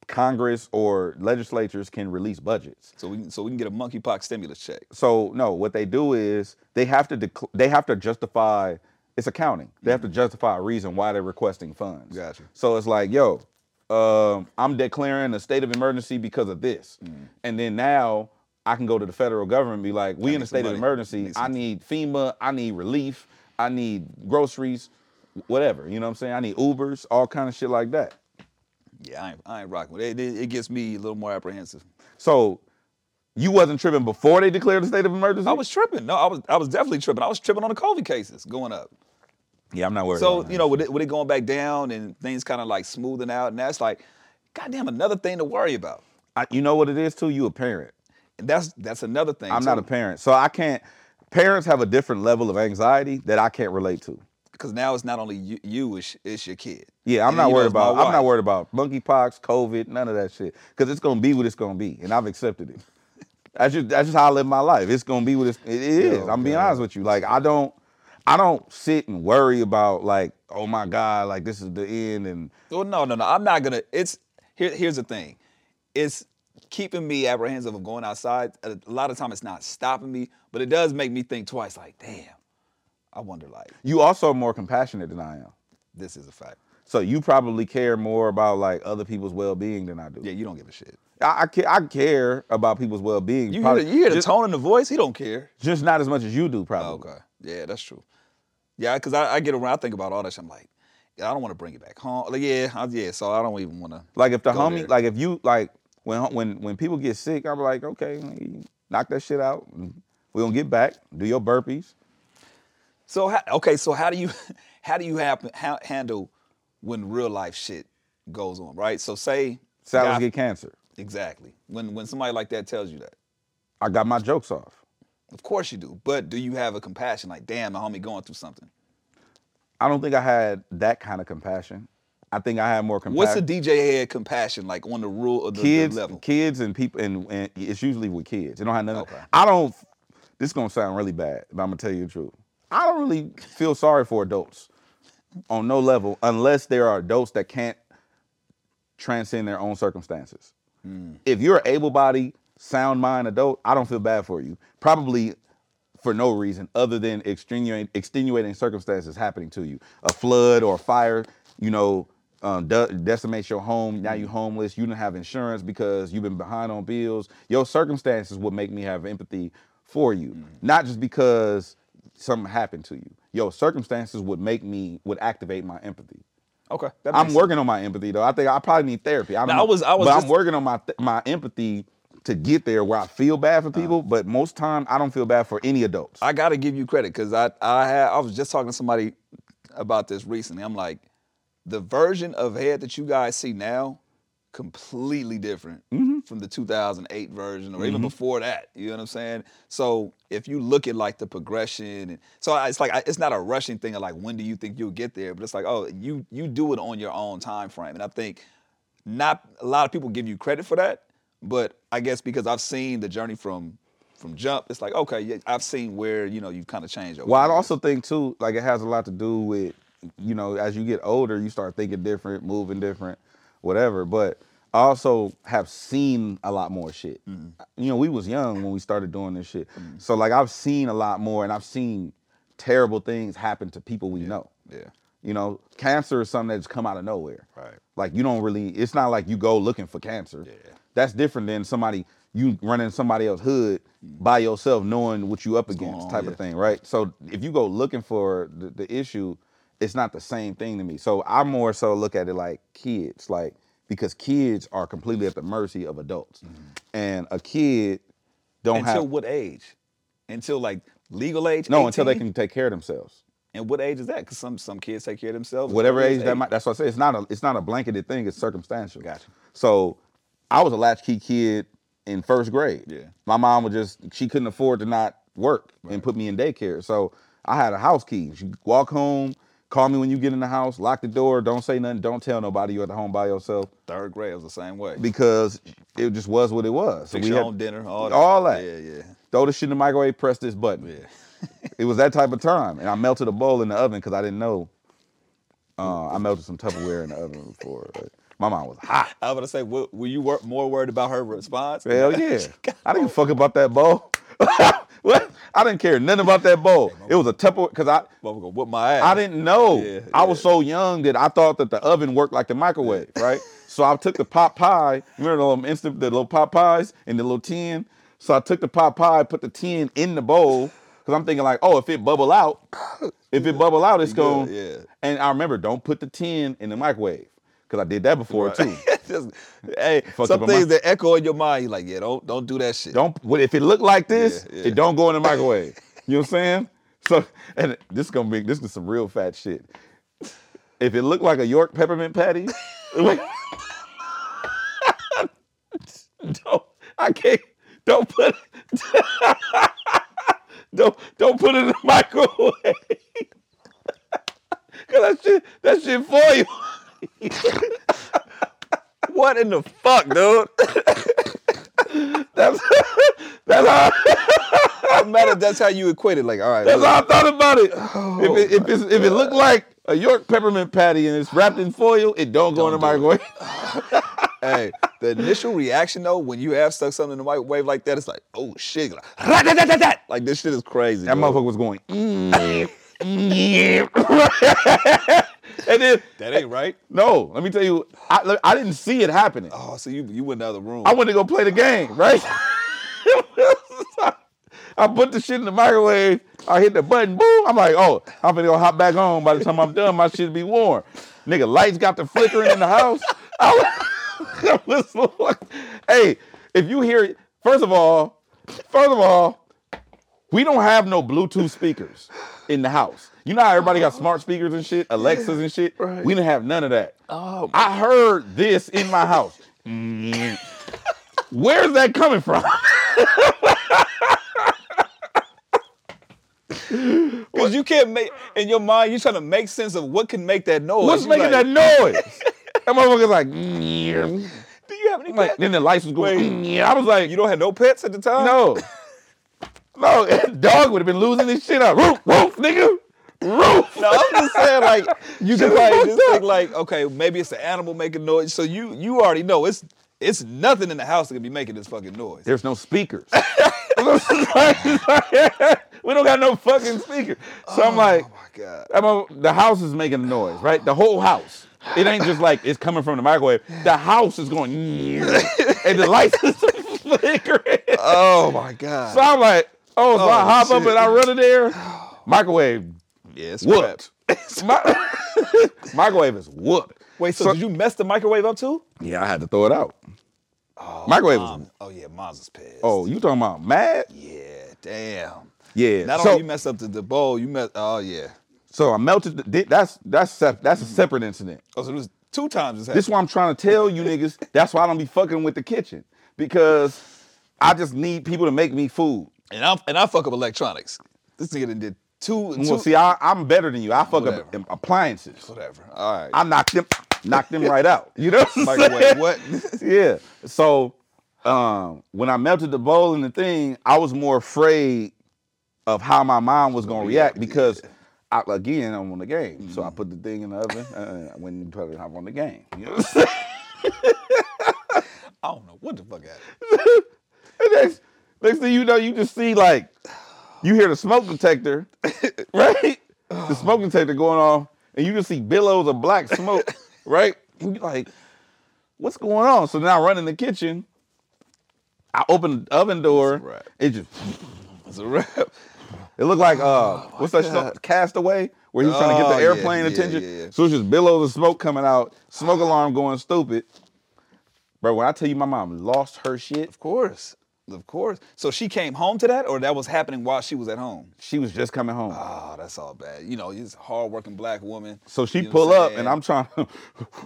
[SPEAKER 2] Congress or legislatures can release budgets.
[SPEAKER 1] So we can, so we can get a monkeypox stimulus check.
[SPEAKER 2] So no, what they do is they have to dec- they have to justify it's accounting. They have to justify a reason why they're requesting funds.
[SPEAKER 1] Mm-hmm. Gotcha.
[SPEAKER 2] So it's like, yo, um, I'm declaring a state of emergency because of this,
[SPEAKER 1] Mm.
[SPEAKER 2] and then now I can go to the federal government and be like, we in
[SPEAKER 1] need
[SPEAKER 2] a state
[SPEAKER 1] some
[SPEAKER 2] of
[SPEAKER 1] money.
[SPEAKER 2] emergency.
[SPEAKER 1] Need
[SPEAKER 2] I
[SPEAKER 1] some-
[SPEAKER 2] need FEMA. I need relief. I need groceries, whatever. You know what I'm saying? I need Ubers, all kind of shit like that.
[SPEAKER 1] Yeah, I ain't, I ain't rocking with it. It, it gets me a little more apprehensive.
[SPEAKER 2] So you wasn't tripping before they declared a state of emergency.
[SPEAKER 1] I was tripping. No, I was I was definitely tripping. I was tripping on the COVID cases going up.
[SPEAKER 2] yeah, I'm not worried. about
[SPEAKER 1] So
[SPEAKER 2] that.
[SPEAKER 1] you know, with it, with it going back down and things kind of like smoothing out, and that's like, goddamn, another thing to worry about.
[SPEAKER 2] I, you know what it is too. You a parent.
[SPEAKER 1] And that's that's another thing.
[SPEAKER 2] I'm not a parent, so I can't. Parents have a different level of anxiety that I can't relate to.
[SPEAKER 1] because now it's not only you, you it's, it's your kid.
[SPEAKER 2] Yeah, I'm
[SPEAKER 1] And,
[SPEAKER 2] not
[SPEAKER 1] you know,
[SPEAKER 2] worried
[SPEAKER 1] it's my
[SPEAKER 2] about. I'm not
[SPEAKER 1] wife.
[SPEAKER 2] worried about monkeypox, COVID, none of that shit. Because it's gonna be what it's gonna be, and I've accepted it. That's just that's just how I live my life. It's gonna be what it's, it is.
[SPEAKER 1] Yo,
[SPEAKER 2] I'm being
[SPEAKER 1] God.
[SPEAKER 2] honest with you. Like I don't, I don't sit and worry about like, oh my god, like this is the end, and
[SPEAKER 1] Well, no, no, no. I'm not gonna. It's here. Here's the thing. It's keeping me apprehensive of going outside. A lot of time, it's not stopping me, but it does make me think twice. Like, damn, I wonder. Like,
[SPEAKER 2] you also are more compassionate than I am.
[SPEAKER 1] this is a fact.
[SPEAKER 2] So you probably care more about like other people's well-being than I do.
[SPEAKER 1] Yeah, you don't give a shit.
[SPEAKER 2] I, I, care, I care about people's well-being.
[SPEAKER 1] You
[SPEAKER 2] probably-
[SPEAKER 1] hear the, you hear the
[SPEAKER 2] just,
[SPEAKER 1] tone in the voice. He don't care.
[SPEAKER 2] just not as much as you do, probably.
[SPEAKER 1] Okay. Yeah, that's true. Yeah, because I, I get around. I think about all that. Shit. I'm like, yeah, I don't want to bring it back home. Like, yeah, I, yeah. So I don't even want to.
[SPEAKER 2] Like if the
[SPEAKER 1] Go
[SPEAKER 2] homie,
[SPEAKER 1] there.
[SPEAKER 2] like if you like when when when people get sick, I'm like, okay, you knock that shit out. We gonna get back. Do your burpees.
[SPEAKER 1] So how, okay, so how do you how do you happen how, handle when real life shit goes on, right? So say
[SPEAKER 2] Salads
[SPEAKER 1] God-
[SPEAKER 2] get cancer.
[SPEAKER 1] exactly when when somebody like that tells you that,
[SPEAKER 2] I got my jokes off.
[SPEAKER 1] of course you do. But do you have a compassion like, damn, my homie going through something?
[SPEAKER 2] I don't think I had that kind of compassion. I think I had more compassion.
[SPEAKER 1] What's the DJ head compassion like on the rule of the, the
[SPEAKER 2] kids,
[SPEAKER 1] level?
[SPEAKER 2] kids, and people, and, and it's usually with kids. It don't have nothing.
[SPEAKER 1] Okay.
[SPEAKER 2] I don't. This is gonna sound really bad, but I'm gonna tell you the truth. I don't really feel sorry for adults on no level, unless there are adults that can't transcend their own circumstances. If you're an able-bodied, sound-mind adult, I don't feel bad for you. Probably for no reason other than extenuating, extenuating circumstances happening to you. A flood or a fire, you know, um, de- decimates your home. Now you're homeless. You don't have insurance because you've been behind on bills. Your circumstances would make me have empathy for you, not just because something happened to you. Your circumstances would make me would activate my empathy.
[SPEAKER 1] Okay, that
[SPEAKER 2] I'm
[SPEAKER 1] makes sense.
[SPEAKER 2] working on my empathy though. I think I probably need therapy. I don't
[SPEAKER 1] Now,
[SPEAKER 2] know.
[SPEAKER 1] I was- I was
[SPEAKER 2] but I'm
[SPEAKER 1] just-
[SPEAKER 2] working on my th- my empathy to get there where I feel bad for people. But most time, I don't feel bad for any adults.
[SPEAKER 1] Uh. I gotta give you credit because I I had I was just talking to somebody about this recently. I'm like, the version of head that you guys see now completely different
[SPEAKER 2] Mm-hmm.
[SPEAKER 1] from the 2008 version or even before that. You know what I'm saying? So if you look at like the progression, and so I- it's like I- it's not a rushing thing of like when do you think you'll get there, but it's like oh you you do it on your own time frame, and I think not a lot of people give you credit for that, but I guess because I've seen the journey from from jump, it's like okay, yeah, I've seen where you know you've kind of changed. over
[SPEAKER 2] Well, I
[SPEAKER 1] the years.
[SPEAKER 2] also think too, like it has a lot to do with, you know, as you get older, you start thinking different, moving different, whatever. But I also have seen a lot more shit.
[SPEAKER 1] Mm-hmm.
[SPEAKER 2] You know, we was young when we started doing this shit, so like I've seen a lot more, and I've seen terrible things happen to people we know.
[SPEAKER 1] yeah.
[SPEAKER 2] You know, cancer is something that's come out of nowhere.
[SPEAKER 1] Right.
[SPEAKER 2] Like you don't really. It's not like you go looking for cancer.
[SPEAKER 1] Yeah.
[SPEAKER 2] That's different than somebody you running somebody else's hood by yourself, knowing what you up against,
[SPEAKER 1] on,
[SPEAKER 2] type
[SPEAKER 1] yeah.
[SPEAKER 2] of thing, right? So if you go looking for the, the issue, it's not the same thing to me. So I more so look at it like kids, like because kids are completely at the mercy of adults, and a kid don't
[SPEAKER 1] Mm-hmm. Until
[SPEAKER 2] have
[SPEAKER 1] what age? Until like legal age?
[SPEAKER 2] no until they
[SPEAKER 1] 18?
[SPEAKER 2] can take care of themselves.
[SPEAKER 1] And what age is that? Because some some kids take care of themselves.
[SPEAKER 2] whatever
[SPEAKER 1] Some
[SPEAKER 2] age
[SPEAKER 1] kids
[SPEAKER 2] that
[SPEAKER 1] eight.
[SPEAKER 2] might. That's what I say. It's not a it's not a blanketed thing. It's circumstantial.
[SPEAKER 1] Gotcha.
[SPEAKER 2] So, I was a latchkey kid in first grade.
[SPEAKER 1] Yeah.
[SPEAKER 2] My mom was just she couldn't afford to not work and put me in daycare. So I had a house key. She walk home, call me when you get in the house, lock the door, don't say nothing, don't tell nobody you're at the home by yourself
[SPEAKER 1] Third grade was the same way.
[SPEAKER 2] because it just was what it was. So
[SPEAKER 1] Fix your own dinner, all that.
[SPEAKER 2] all that.
[SPEAKER 1] Yeah, yeah.
[SPEAKER 2] Throw the shit in the microwave, press this button.
[SPEAKER 1] Yeah.
[SPEAKER 2] It was that type of time, and I melted a bowl in the oven because I didn't know. Uh, I melted some Tupperware in the oven before. but My mom was hot.
[SPEAKER 1] I was gonna say, were, were you wor- more worried about her response?
[SPEAKER 2] Hell yeah! I didn't give a fuck about that bowl. what? I didn't care nothing about that bowl. It was a Tupperware because I
[SPEAKER 1] Mama gonna whoop my ass.
[SPEAKER 2] I didn't know.
[SPEAKER 1] Yeah,
[SPEAKER 2] I was
[SPEAKER 1] yeah.
[SPEAKER 2] so young that I thought that the oven worked like the microwave, right? So I took the pot pie. You remember the little instant, the little pot pies and the little tin. So I took the pot pie, put the tin in the bowl because I'm thinking like, oh, if it bubble out, if it bubble out, it's
[SPEAKER 1] good,
[SPEAKER 2] going.
[SPEAKER 1] yeah.
[SPEAKER 2] And I remember, don't put the tin in the microwave because I did that before too.
[SPEAKER 1] Just, hey,
[SPEAKER 2] up
[SPEAKER 1] some
[SPEAKER 2] a
[SPEAKER 1] things
[SPEAKER 2] mon-
[SPEAKER 1] that echo in your mind. You're like, yeah, don't don't do that shit.
[SPEAKER 2] Don't well, if it look like this,
[SPEAKER 1] Yeah, yeah.
[SPEAKER 2] it don't go in the microwave. you know what I'm saying? So and this gonna be this is some real fat shit. If it looked like a York peppermint patty, like- don't I can't don't put don't don't put it in the microwave. Cause that shit that shit for you.
[SPEAKER 1] What in the fuck, dude?
[SPEAKER 2] That's that's how
[SPEAKER 1] I'm mad if that's how you equate it. Like, all right,
[SPEAKER 2] That's
[SPEAKER 1] look,
[SPEAKER 2] how I thought about it. if it, if, it's, if it looked like a York peppermint patty and it's wrapped in foil, it don't go in the microwave.
[SPEAKER 1] hey, the initial reaction though, when you have stuck something in the microwave like that, it's like, oh shit, like, like, this shit is crazy.
[SPEAKER 2] That
[SPEAKER 1] bro.
[SPEAKER 2] motherfucker was going. "Mm, mm." and then
[SPEAKER 1] That ain't right.
[SPEAKER 2] no, let me tell you, I, look, I didn't see it happening.
[SPEAKER 1] Oh, so you you went out of the room.
[SPEAKER 2] I went to go play the game, right? I put the shit in the microwave. I hit the button, boom. I'm like, oh, I'm gonna go hop back on. By the time I'm done, my shit be warm. Nigga, lights got to flickering in the house. I was, I was like, hey, if you hear, first of all, first of all, we don't have no Bluetooth speakers in the house. You know how everybody got smart speakers and shit, Alexas and shit.
[SPEAKER 1] right.
[SPEAKER 2] We didn't have none of that. Oh, I heard this in my house. Where's that coming from?
[SPEAKER 1] Because you can't make in your mind, you're trying to make sense of what can make that noise.
[SPEAKER 2] What's
[SPEAKER 1] You
[SPEAKER 2] making
[SPEAKER 1] like,
[SPEAKER 2] that noise? That motherfucker's like, "Mm."
[SPEAKER 1] Do you have any
[SPEAKER 2] like
[SPEAKER 1] pets?
[SPEAKER 2] then the lights was going. "Mm." I was like,
[SPEAKER 1] you don't have no pets at the time.
[SPEAKER 2] no, no, that dog would have been losing his shit out. Roof, roof, nigga, roof.
[SPEAKER 1] No, I'm just saying, like you
[SPEAKER 2] Shut
[SPEAKER 1] just like
[SPEAKER 2] the fuck
[SPEAKER 1] just think,
[SPEAKER 2] up.
[SPEAKER 1] like okay, maybe it's an animal making noise. So you you already know it's it's nothing in the house that can be making this fucking noise.
[SPEAKER 2] There's no speakers. we don't got no fucking speakers. So I'm like,
[SPEAKER 1] oh my god.
[SPEAKER 2] I'm a- the house is making a noise, right? The whole house. It ain't just like it's coming from the microwave. The house is going, and the lights is flickering.
[SPEAKER 1] Oh my god.
[SPEAKER 2] So I'm like, oh, so I
[SPEAKER 1] Oh,
[SPEAKER 2] hop up
[SPEAKER 1] shit.
[SPEAKER 2] and I run in there. Microwave
[SPEAKER 1] yeah, it's
[SPEAKER 2] whooped.
[SPEAKER 1] crap.
[SPEAKER 2] Mi- microwave is whooped.
[SPEAKER 1] Wait, so,
[SPEAKER 2] So-
[SPEAKER 1] did you mess the microwave up too?
[SPEAKER 2] Yeah, I had to throw it out. microwave was.
[SPEAKER 1] Um, oh yeah, Maz is pissed.
[SPEAKER 2] Oh, you talking about mad?
[SPEAKER 1] yeah, damn.
[SPEAKER 2] Yeah.
[SPEAKER 1] Not
[SPEAKER 2] so,
[SPEAKER 1] only you messed up the, the bowl, you messed. Oh yeah.
[SPEAKER 2] so I melted. The, that's that's sep- that's a separate incident.
[SPEAKER 1] Oh, so it was two times as heavy.
[SPEAKER 2] This is why I'm trying to tell you niggas. That's why I don't be fucking with the kitchen because I just need people to make me food.
[SPEAKER 1] and I and I fuck up electronics. This nigga done did two. And
[SPEAKER 2] Well,
[SPEAKER 1] two
[SPEAKER 2] see, I, I'm better than you. I fuck up
[SPEAKER 1] Whatever.
[SPEAKER 2] em- appliances.
[SPEAKER 1] whatever. All right.
[SPEAKER 2] I knock them, knock them right out. You know, what I'm
[SPEAKER 1] like wait,
[SPEAKER 2] saying?
[SPEAKER 1] what?
[SPEAKER 2] yeah. So um, when I melted the bowl in the thing, I was more afraid of how my mom was gonna react because I, again I'm on the game. So I put the thing in the oven. Uh, I went and put it hop on the game. You know what I'm saying?
[SPEAKER 1] I don't know what the fuck happened.
[SPEAKER 2] And next, next thing you know, you just see like you hear the smoke detector, right? The
[SPEAKER 1] Oh.
[SPEAKER 2] smoke detector going off, and you just see billows of black smoke, right? And you like, what's going on? So now I run in the kitchen. I open the oven door.
[SPEAKER 1] Right.
[SPEAKER 2] It just
[SPEAKER 1] It's a wrap.
[SPEAKER 2] it looked like uh what's that show? Castaway, where he was trying to get
[SPEAKER 1] Oh,
[SPEAKER 2] the
[SPEAKER 1] yeah,
[SPEAKER 2] airplane
[SPEAKER 1] yeah,
[SPEAKER 2] attention.
[SPEAKER 1] yeah, yeah.
[SPEAKER 2] So it's just billows of smoke coming out, smoke alarm going stupid. Bro, when I tell you my mom lost her shit,
[SPEAKER 1] Of course. Of course. So she came home to that, or that was happening while she was at home.
[SPEAKER 2] she was just coming home.
[SPEAKER 1] Oh, that's all bad. You know, it's a hardworking black woman.
[SPEAKER 2] So she
[SPEAKER 1] You know what
[SPEAKER 2] pull up
[SPEAKER 1] saying?
[SPEAKER 2] and I'm trying to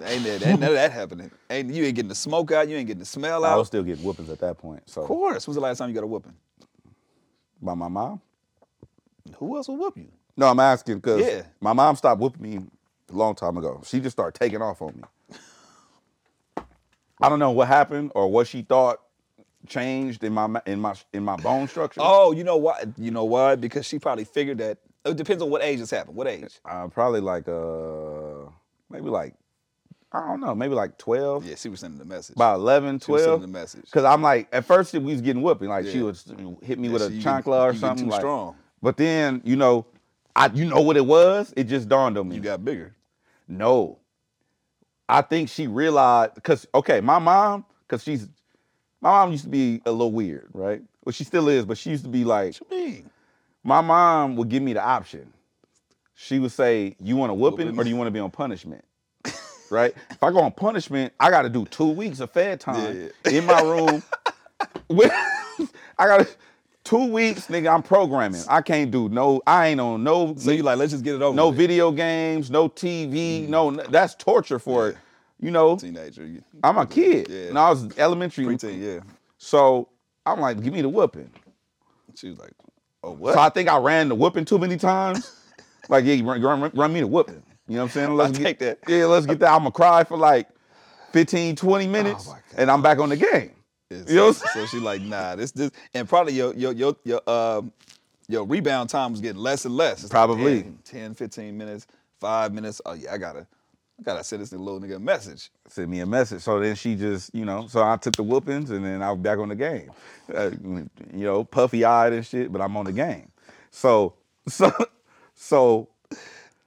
[SPEAKER 1] ain't, that, ain't none of that happening. Ain't you ain't getting the smoke out, you ain't getting the smell
[SPEAKER 2] I
[SPEAKER 1] out.
[SPEAKER 2] was still getting whoopings at that point. So
[SPEAKER 1] of course. When's the last time you got a whooping?
[SPEAKER 2] by my mom?
[SPEAKER 1] Who else will whoop you?
[SPEAKER 2] No, I'm asking because
[SPEAKER 1] Yeah.
[SPEAKER 2] my mom stopped whooping me a long time ago. She just started taking off on me. I don't know what happened or what she thought changed in my ma- in my in my bone structure.
[SPEAKER 1] Oh, you know why? You know why? Because she probably figured that it depends on what age this happened. What age?
[SPEAKER 2] Uh, probably like uh maybe like I don't know, maybe like 12.
[SPEAKER 1] Yeah, she was sending the message.
[SPEAKER 2] About 11,
[SPEAKER 1] She was sending
[SPEAKER 2] 12.
[SPEAKER 1] the message.
[SPEAKER 2] Cause I'm like, at first we was getting whooping. Like she
[SPEAKER 1] Yeah.
[SPEAKER 2] would hit me with a
[SPEAKER 1] she- you get-
[SPEAKER 2] chancla or
[SPEAKER 1] you get
[SPEAKER 2] something.
[SPEAKER 1] too
[SPEAKER 2] like-
[SPEAKER 1] strong.
[SPEAKER 2] But then you know, I you know what it was. It just dawned on me.
[SPEAKER 1] You got bigger.
[SPEAKER 2] no, I think she realized because okay, my mom, cause she's my mom used to be a little weird, right? Well, she still is, but she used to be like,
[SPEAKER 1] What you mean?
[SPEAKER 2] my mom would give me the option. She would say, "You want a whooping, or
[SPEAKER 1] Whooping.
[SPEAKER 2] do you want to be on punishment?" right? If I go on punishment, I got to do two weeks of fed time in my room. With- I got two weeks, nigga. I'm programming. I can't do no. I ain't on no
[SPEAKER 1] So you like, Mm. let's just get it over.
[SPEAKER 2] no
[SPEAKER 1] with.
[SPEAKER 2] video games, no TV, no. That's torture for it. You know,
[SPEAKER 1] teenager. You,
[SPEAKER 2] I'm a kid.
[SPEAKER 1] Yeah.
[SPEAKER 2] And I was elementary.
[SPEAKER 1] preteen, yeah.
[SPEAKER 2] So I'm like, give me the whooping.
[SPEAKER 1] She was like, oh what?
[SPEAKER 2] So I think I ran the whooping too many times. like, yeah, you run, run, run me the whooping. You know what I'm saying? Let's
[SPEAKER 1] take
[SPEAKER 2] get,
[SPEAKER 1] that.
[SPEAKER 2] Yeah, let's get that. I'm going to cry for like 15, 20 minutes,
[SPEAKER 1] Oh my God.
[SPEAKER 2] and I'm back on the game.
[SPEAKER 1] Yeah,
[SPEAKER 2] You know
[SPEAKER 1] so,
[SPEAKER 2] what
[SPEAKER 1] so
[SPEAKER 2] I'm
[SPEAKER 1] she like, nah, this this and probably your your your your um your rebound time was getting less and less. It's like,
[SPEAKER 2] Probably.
[SPEAKER 1] damn, 10, 15 minutes, five minutes. Oh yeah, I gotta I gotta send this little nigga a message.
[SPEAKER 2] Send me a message. So then she just, you know, so I took the whoopings, and then I was back on the game. Uh, you know, puffy eyed and shit, but I'm on the game. So, so, so,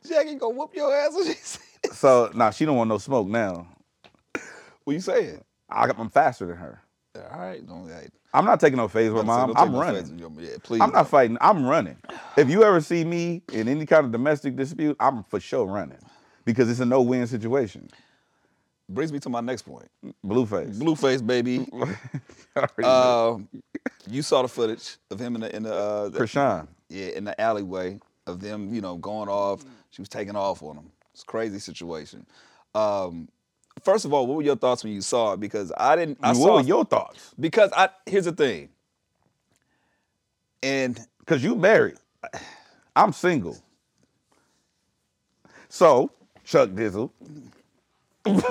[SPEAKER 1] Jackie gonna whoop your ass when she see this.
[SPEAKER 2] so, nah, she don't want no smoke now.
[SPEAKER 1] What you saying?
[SPEAKER 2] I, I'm faster than her.
[SPEAKER 1] All right, don't like
[SPEAKER 2] I'm not taking no phase with mom.
[SPEAKER 1] don't take
[SPEAKER 2] I'm
[SPEAKER 1] no
[SPEAKER 2] running.
[SPEAKER 1] offense to your- Yeah, please.
[SPEAKER 2] I'm not
[SPEAKER 1] don't.
[SPEAKER 2] fighting. I'm running. If you ever see me in any kind of domestic dispute, I'm for sure running because it's a no-win situation.
[SPEAKER 1] Brings me to my next point.
[SPEAKER 2] Blueface. Uh,
[SPEAKER 1] Blueface baby. Um, you saw the footage of him in the in the uh, the-
[SPEAKER 2] Krishan.
[SPEAKER 1] yeah, in the alleyway of them, you know, going off. She was taking off on him. It's a crazy situation. Um, first of all, what were your thoughts when you saw it? Because I didn't. I
[SPEAKER 2] what
[SPEAKER 1] saw
[SPEAKER 2] were
[SPEAKER 1] it-
[SPEAKER 2] your thoughts?
[SPEAKER 1] because I here's the thing. And
[SPEAKER 2] Because you married. I'm single. So, Chuck Dizzle,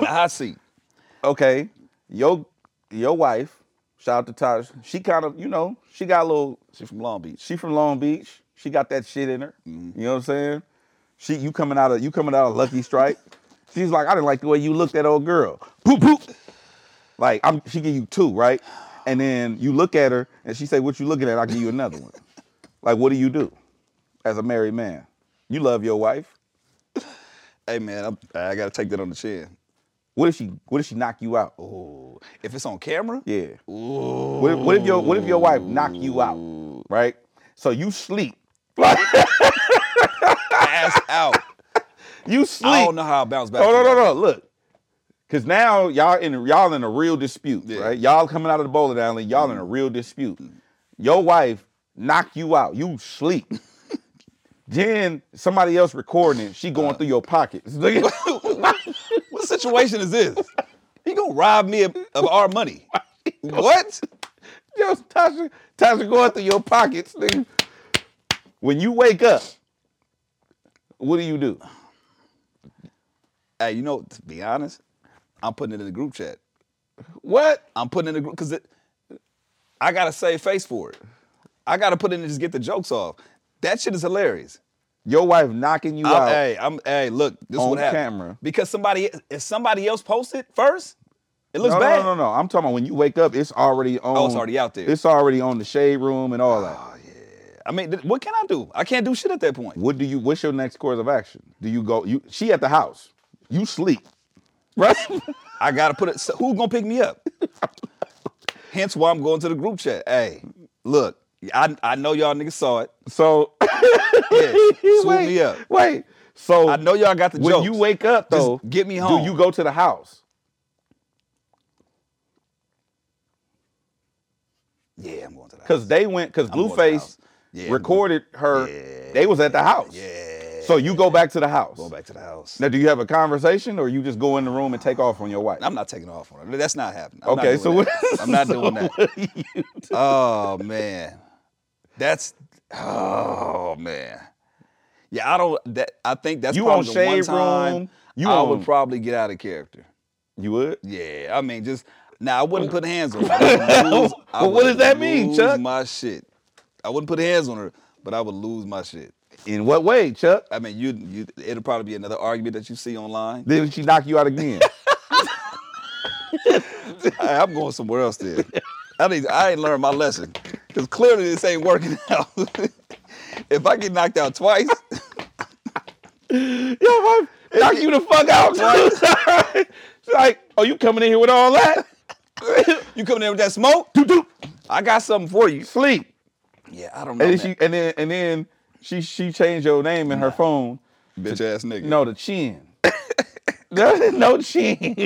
[SPEAKER 1] I see.
[SPEAKER 2] okay, your your wife, shout out to Taj, she kind of, you know, she got a little
[SPEAKER 1] She from Long Beach.
[SPEAKER 2] She from Long Beach. She got that shit in her. You know what I'm saying? She you coming out of you coming out of Lucky Strike. She's like, I didn't like the way you looked at old girl. Poop poop. Like I'm she give you two, right? And then you look at her and she say, What you looking at? I'll give you another one. like, what do you do as a married man? You love your wife.
[SPEAKER 1] Hey man, I'm, I gotta take that on the chin.
[SPEAKER 2] What if she what if she knock you out?
[SPEAKER 1] Ooh. If it's on camera,
[SPEAKER 2] Yeah. What if, what if your what if your wife knock you out? Right? So you sleep.
[SPEAKER 1] ass out.
[SPEAKER 2] You sleep.
[SPEAKER 1] I don't know how I bounce back.
[SPEAKER 2] No, no,
[SPEAKER 1] from
[SPEAKER 2] no,
[SPEAKER 1] that.
[SPEAKER 2] no. Look, because now y'all in y'all in a real dispute,
[SPEAKER 1] Yeah. Mm.
[SPEAKER 2] right? Y'all coming out of the bowling alley, y'all in a real dispute. Your wife knock you out. You sleep.
[SPEAKER 1] Uh.
[SPEAKER 2] then somebody else recording it. She going through your pockets.
[SPEAKER 1] of situation is this? You gonna rob me of, of our money? What?
[SPEAKER 2] Yo, Tasha, Tasha going through your pockets, nigga. When you wake up, what do you do?
[SPEAKER 1] Hey, you know, to be honest, I'm putting it in the group chat.
[SPEAKER 2] What?
[SPEAKER 1] I'm putting it in the group because I gotta save face for it. I gotta put it in and just get the jokes off. That shit is hilarious.
[SPEAKER 2] Your wife knocking you
[SPEAKER 1] I'm-
[SPEAKER 2] out.
[SPEAKER 1] hey, I'm hey, look, this
[SPEAKER 2] On
[SPEAKER 1] is what happened.
[SPEAKER 2] camera.
[SPEAKER 1] Because somebody if somebody else posts it first, it looks
[SPEAKER 2] no,
[SPEAKER 1] bad.
[SPEAKER 2] no, no, no, no. I'm talking about when you wake up, it's already on.
[SPEAKER 1] Oh, it's already out there. Ah,
[SPEAKER 2] It's already on the shade room and all that.
[SPEAKER 1] I mean, th- what can I do? I can't do shit at that point.
[SPEAKER 2] What do you? What's your next course of action? Do you go? You she at the house. You sleep, right?
[SPEAKER 1] I gotta put it. So who's gonna pick me up? Hence why I'm going to the group chat. Hey, look, I I know y'all niggas saw it.
[SPEAKER 2] so
[SPEAKER 1] Yes, swoop
[SPEAKER 2] wait,
[SPEAKER 1] me up.
[SPEAKER 2] Wait. So
[SPEAKER 1] I know y'all got the
[SPEAKER 2] when
[SPEAKER 1] jokes.
[SPEAKER 2] you wake up
[SPEAKER 1] Just
[SPEAKER 2] though,
[SPEAKER 1] get me home.
[SPEAKER 2] Do you go to the house?
[SPEAKER 1] yeah, I'm going to the house.
[SPEAKER 2] Cause they went. Cause
[SPEAKER 1] going to the
[SPEAKER 2] Blueface
[SPEAKER 1] house. Yeah, I'm
[SPEAKER 2] recorded her. they was at the house.
[SPEAKER 1] Yeah.
[SPEAKER 2] So you go back to the house.
[SPEAKER 1] Go back to the house.
[SPEAKER 2] Now, do you have a conversation, or you just go in the room and take off on your wife?
[SPEAKER 1] I'm not taking off on it. That's not happening. I'm
[SPEAKER 2] Okay,
[SPEAKER 1] not doing
[SPEAKER 2] so what-
[SPEAKER 1] that. I'm not
[SPEAKER 2] so
[SPEAKER 1] doing that. Oh man, that's oh man. Yeah, I don't. That I think that's
[SPEAKER 2] You
[SPEAKER 1] probably
[SPEAKER 2] on
[SPEAKER 1] the one
[SPEAKER 2] Shade
[SPEAKER 1] time
[SPEAKER 2] Room, you
[SPEAKER 1] I
[SPEAKER 2] on-
[SPEAKER 1] would probably get out of character.
[SPEAKER 2] you would.
[SPEAKER 1] Yeah, I mean, just now I wouldn't put hands on her. I would lose- I
[SPEAKER 2] Well, what
[SPEAKER 1] would
[SPEAKER 2] does that mean,
[SPEAKER 1] lose
[SPEAKER 2] Chuck?
[SPEAKER 1] My shit. I wouldn't put hands on her, but I would lose my shit.
[SPEAKER 2] In what way, Chuck?
[SPEAKER 1] I mean, you, you it'll probably be another argument that you see online.
[SPEAKER 2] Then she knock you out again.
[SPEAKER 1] I, am going somewhere else then. I need. I ain't learned my lesson because clearly this ain't working out. if I get knocked out twice,
[SPEAKER 2] Yo, wife, knock you the fuck out. twice. She's like, oh, you coming in here with all that?
[SPEAKER 1] you coming in with that smoke?
[SPEAKER 2] Doop, doop.
[SPEAKER 1] I got something for you.
[SPEAKER 2] Sleep.
[SPEAKER 1] Yeah, I don't know.
[SPEAKER 2] And then
[SPEAKER 1] man.
[SPEAKER 2] she, and then, and then she, she changed your name in her phone.
[SPEAKER 1] bitch ass nigga.
[SPEAKER 2] No, the chin. no, no chin.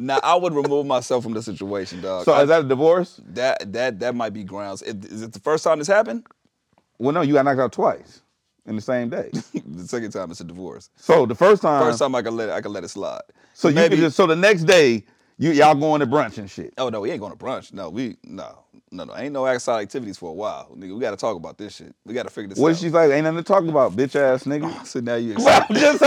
[SPEAKER 1] Now I would remove myself from the situation, dog.
[SPEAKER 2] So
[SPEAKER 1] I-
[SPEAKER 2] is that a divorce?
[SPEAKER 1] that that that might be grounds. Is is it the first time this happened?
[SPEAKER 2] Well, no, you got knocked out twice in the same day.
[SPEAKER 1] the second time it's a divorce.
[SPEAKER 2] So the first time,
[SPEAKER 1] First time I can let it, I can let it slide.
[SPEAKER 2] so you
[SPEAKER 1] maybe
[SPEAKER 2] could just, so the next day, you y'all going to brunch and shit.
[SPEAKER 1] Oh no, we ain't going to brunch. No, we no no no. Ain't no outside activities for a while, nigga. We got to talk about this shit. We got to figure this
[SPEAKER 2] What
[SPEAKER 1] out.
[SPEAKER 2] she's like? Ain't nothing to talk about, bitch ass nigga.
[SPEAKER 1] so now you
[SPEAKER 2] Well,
[SPEAKER 1] excited.
[SPEAKER 2] I'm just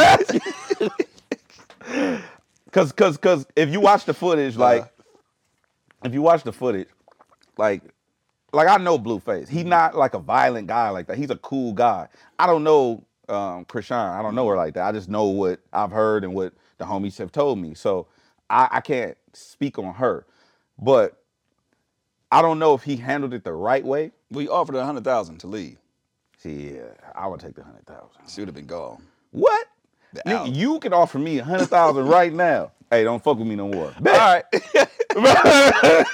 [SPEAKER 2] asking. Cause, cause, cause, if you watch the footage, like, if you watch the footage, like, like I know Blueface. He's not like a violent guy like that. He's a cool guy. I don't know um, Krishan. I don't know her like that. I just know what I've heard and what the homies have told me. So I, I can't speak on her, but I don't know if he handled it the right way.
[SPEAKER 1] we offered a hundred thousand to leave.
[SPEAKER 2] See, yeah, I would take the hundred thousand.
[SPEAKER 1] She would have been gone.
[SPEAKER 2] What?
[SPEAKER 1] The
[SPEAKER 2] Nigga,
[SPEAKER 1] album.
[SPEAKER 2] you can offer me a hundred thousand right now. Hey, don't fuck with me no more. Bet.
[SPEAKER 1] All right.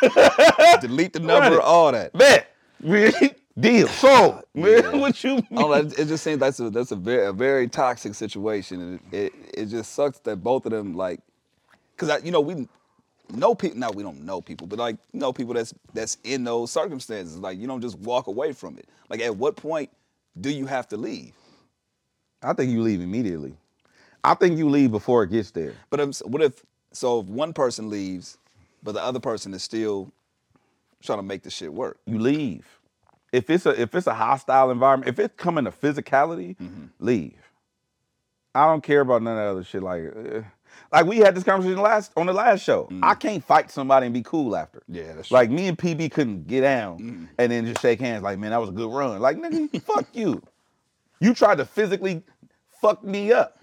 [SPEAKER 1] Delete the number,
[SPEAKER 2] it.
[SPEAKER 1] all that.
[SPEAKER 2] Bet. Really? Deal. So, man,
[SPEAKER 1] Yeah.
[SPEAKER 2] what you
[SPEAKER 1] I don't
[SPEAKER 2] mean?
[SPEAKER 1] know, Oh, it it just seems that's a that's a very a very toxic situation, and it, it it just sucks that both of them like, cause I you know we know people now we don't know people, but like know people that's that's in those circumstances. Like you don't just walk away from it. Like at what point do you have to leave?
[SPEAKER 2] I think you leave immediately. I think you leave before it gets there.
[SPEAKER 1] But I'm, s- what if so if one person leaves, but the other person is still trying to make the shit work?
[SPEAKER 2] You leave. If it's a if it's a hostile environment, if it's coming to physicality, leave. I don't care about none of that other shit. Like, eh. like we had this conversation last on the last show. I can't fight somebody and be cool after.
[SPEAKER 1] Yeah, that's Mm.
[SPEAKER 2] Like me and PB couldn't get down and then just shake hands. Like, man, that was a good run. Like, nigga, fuck you. You tried to physically fuck me up.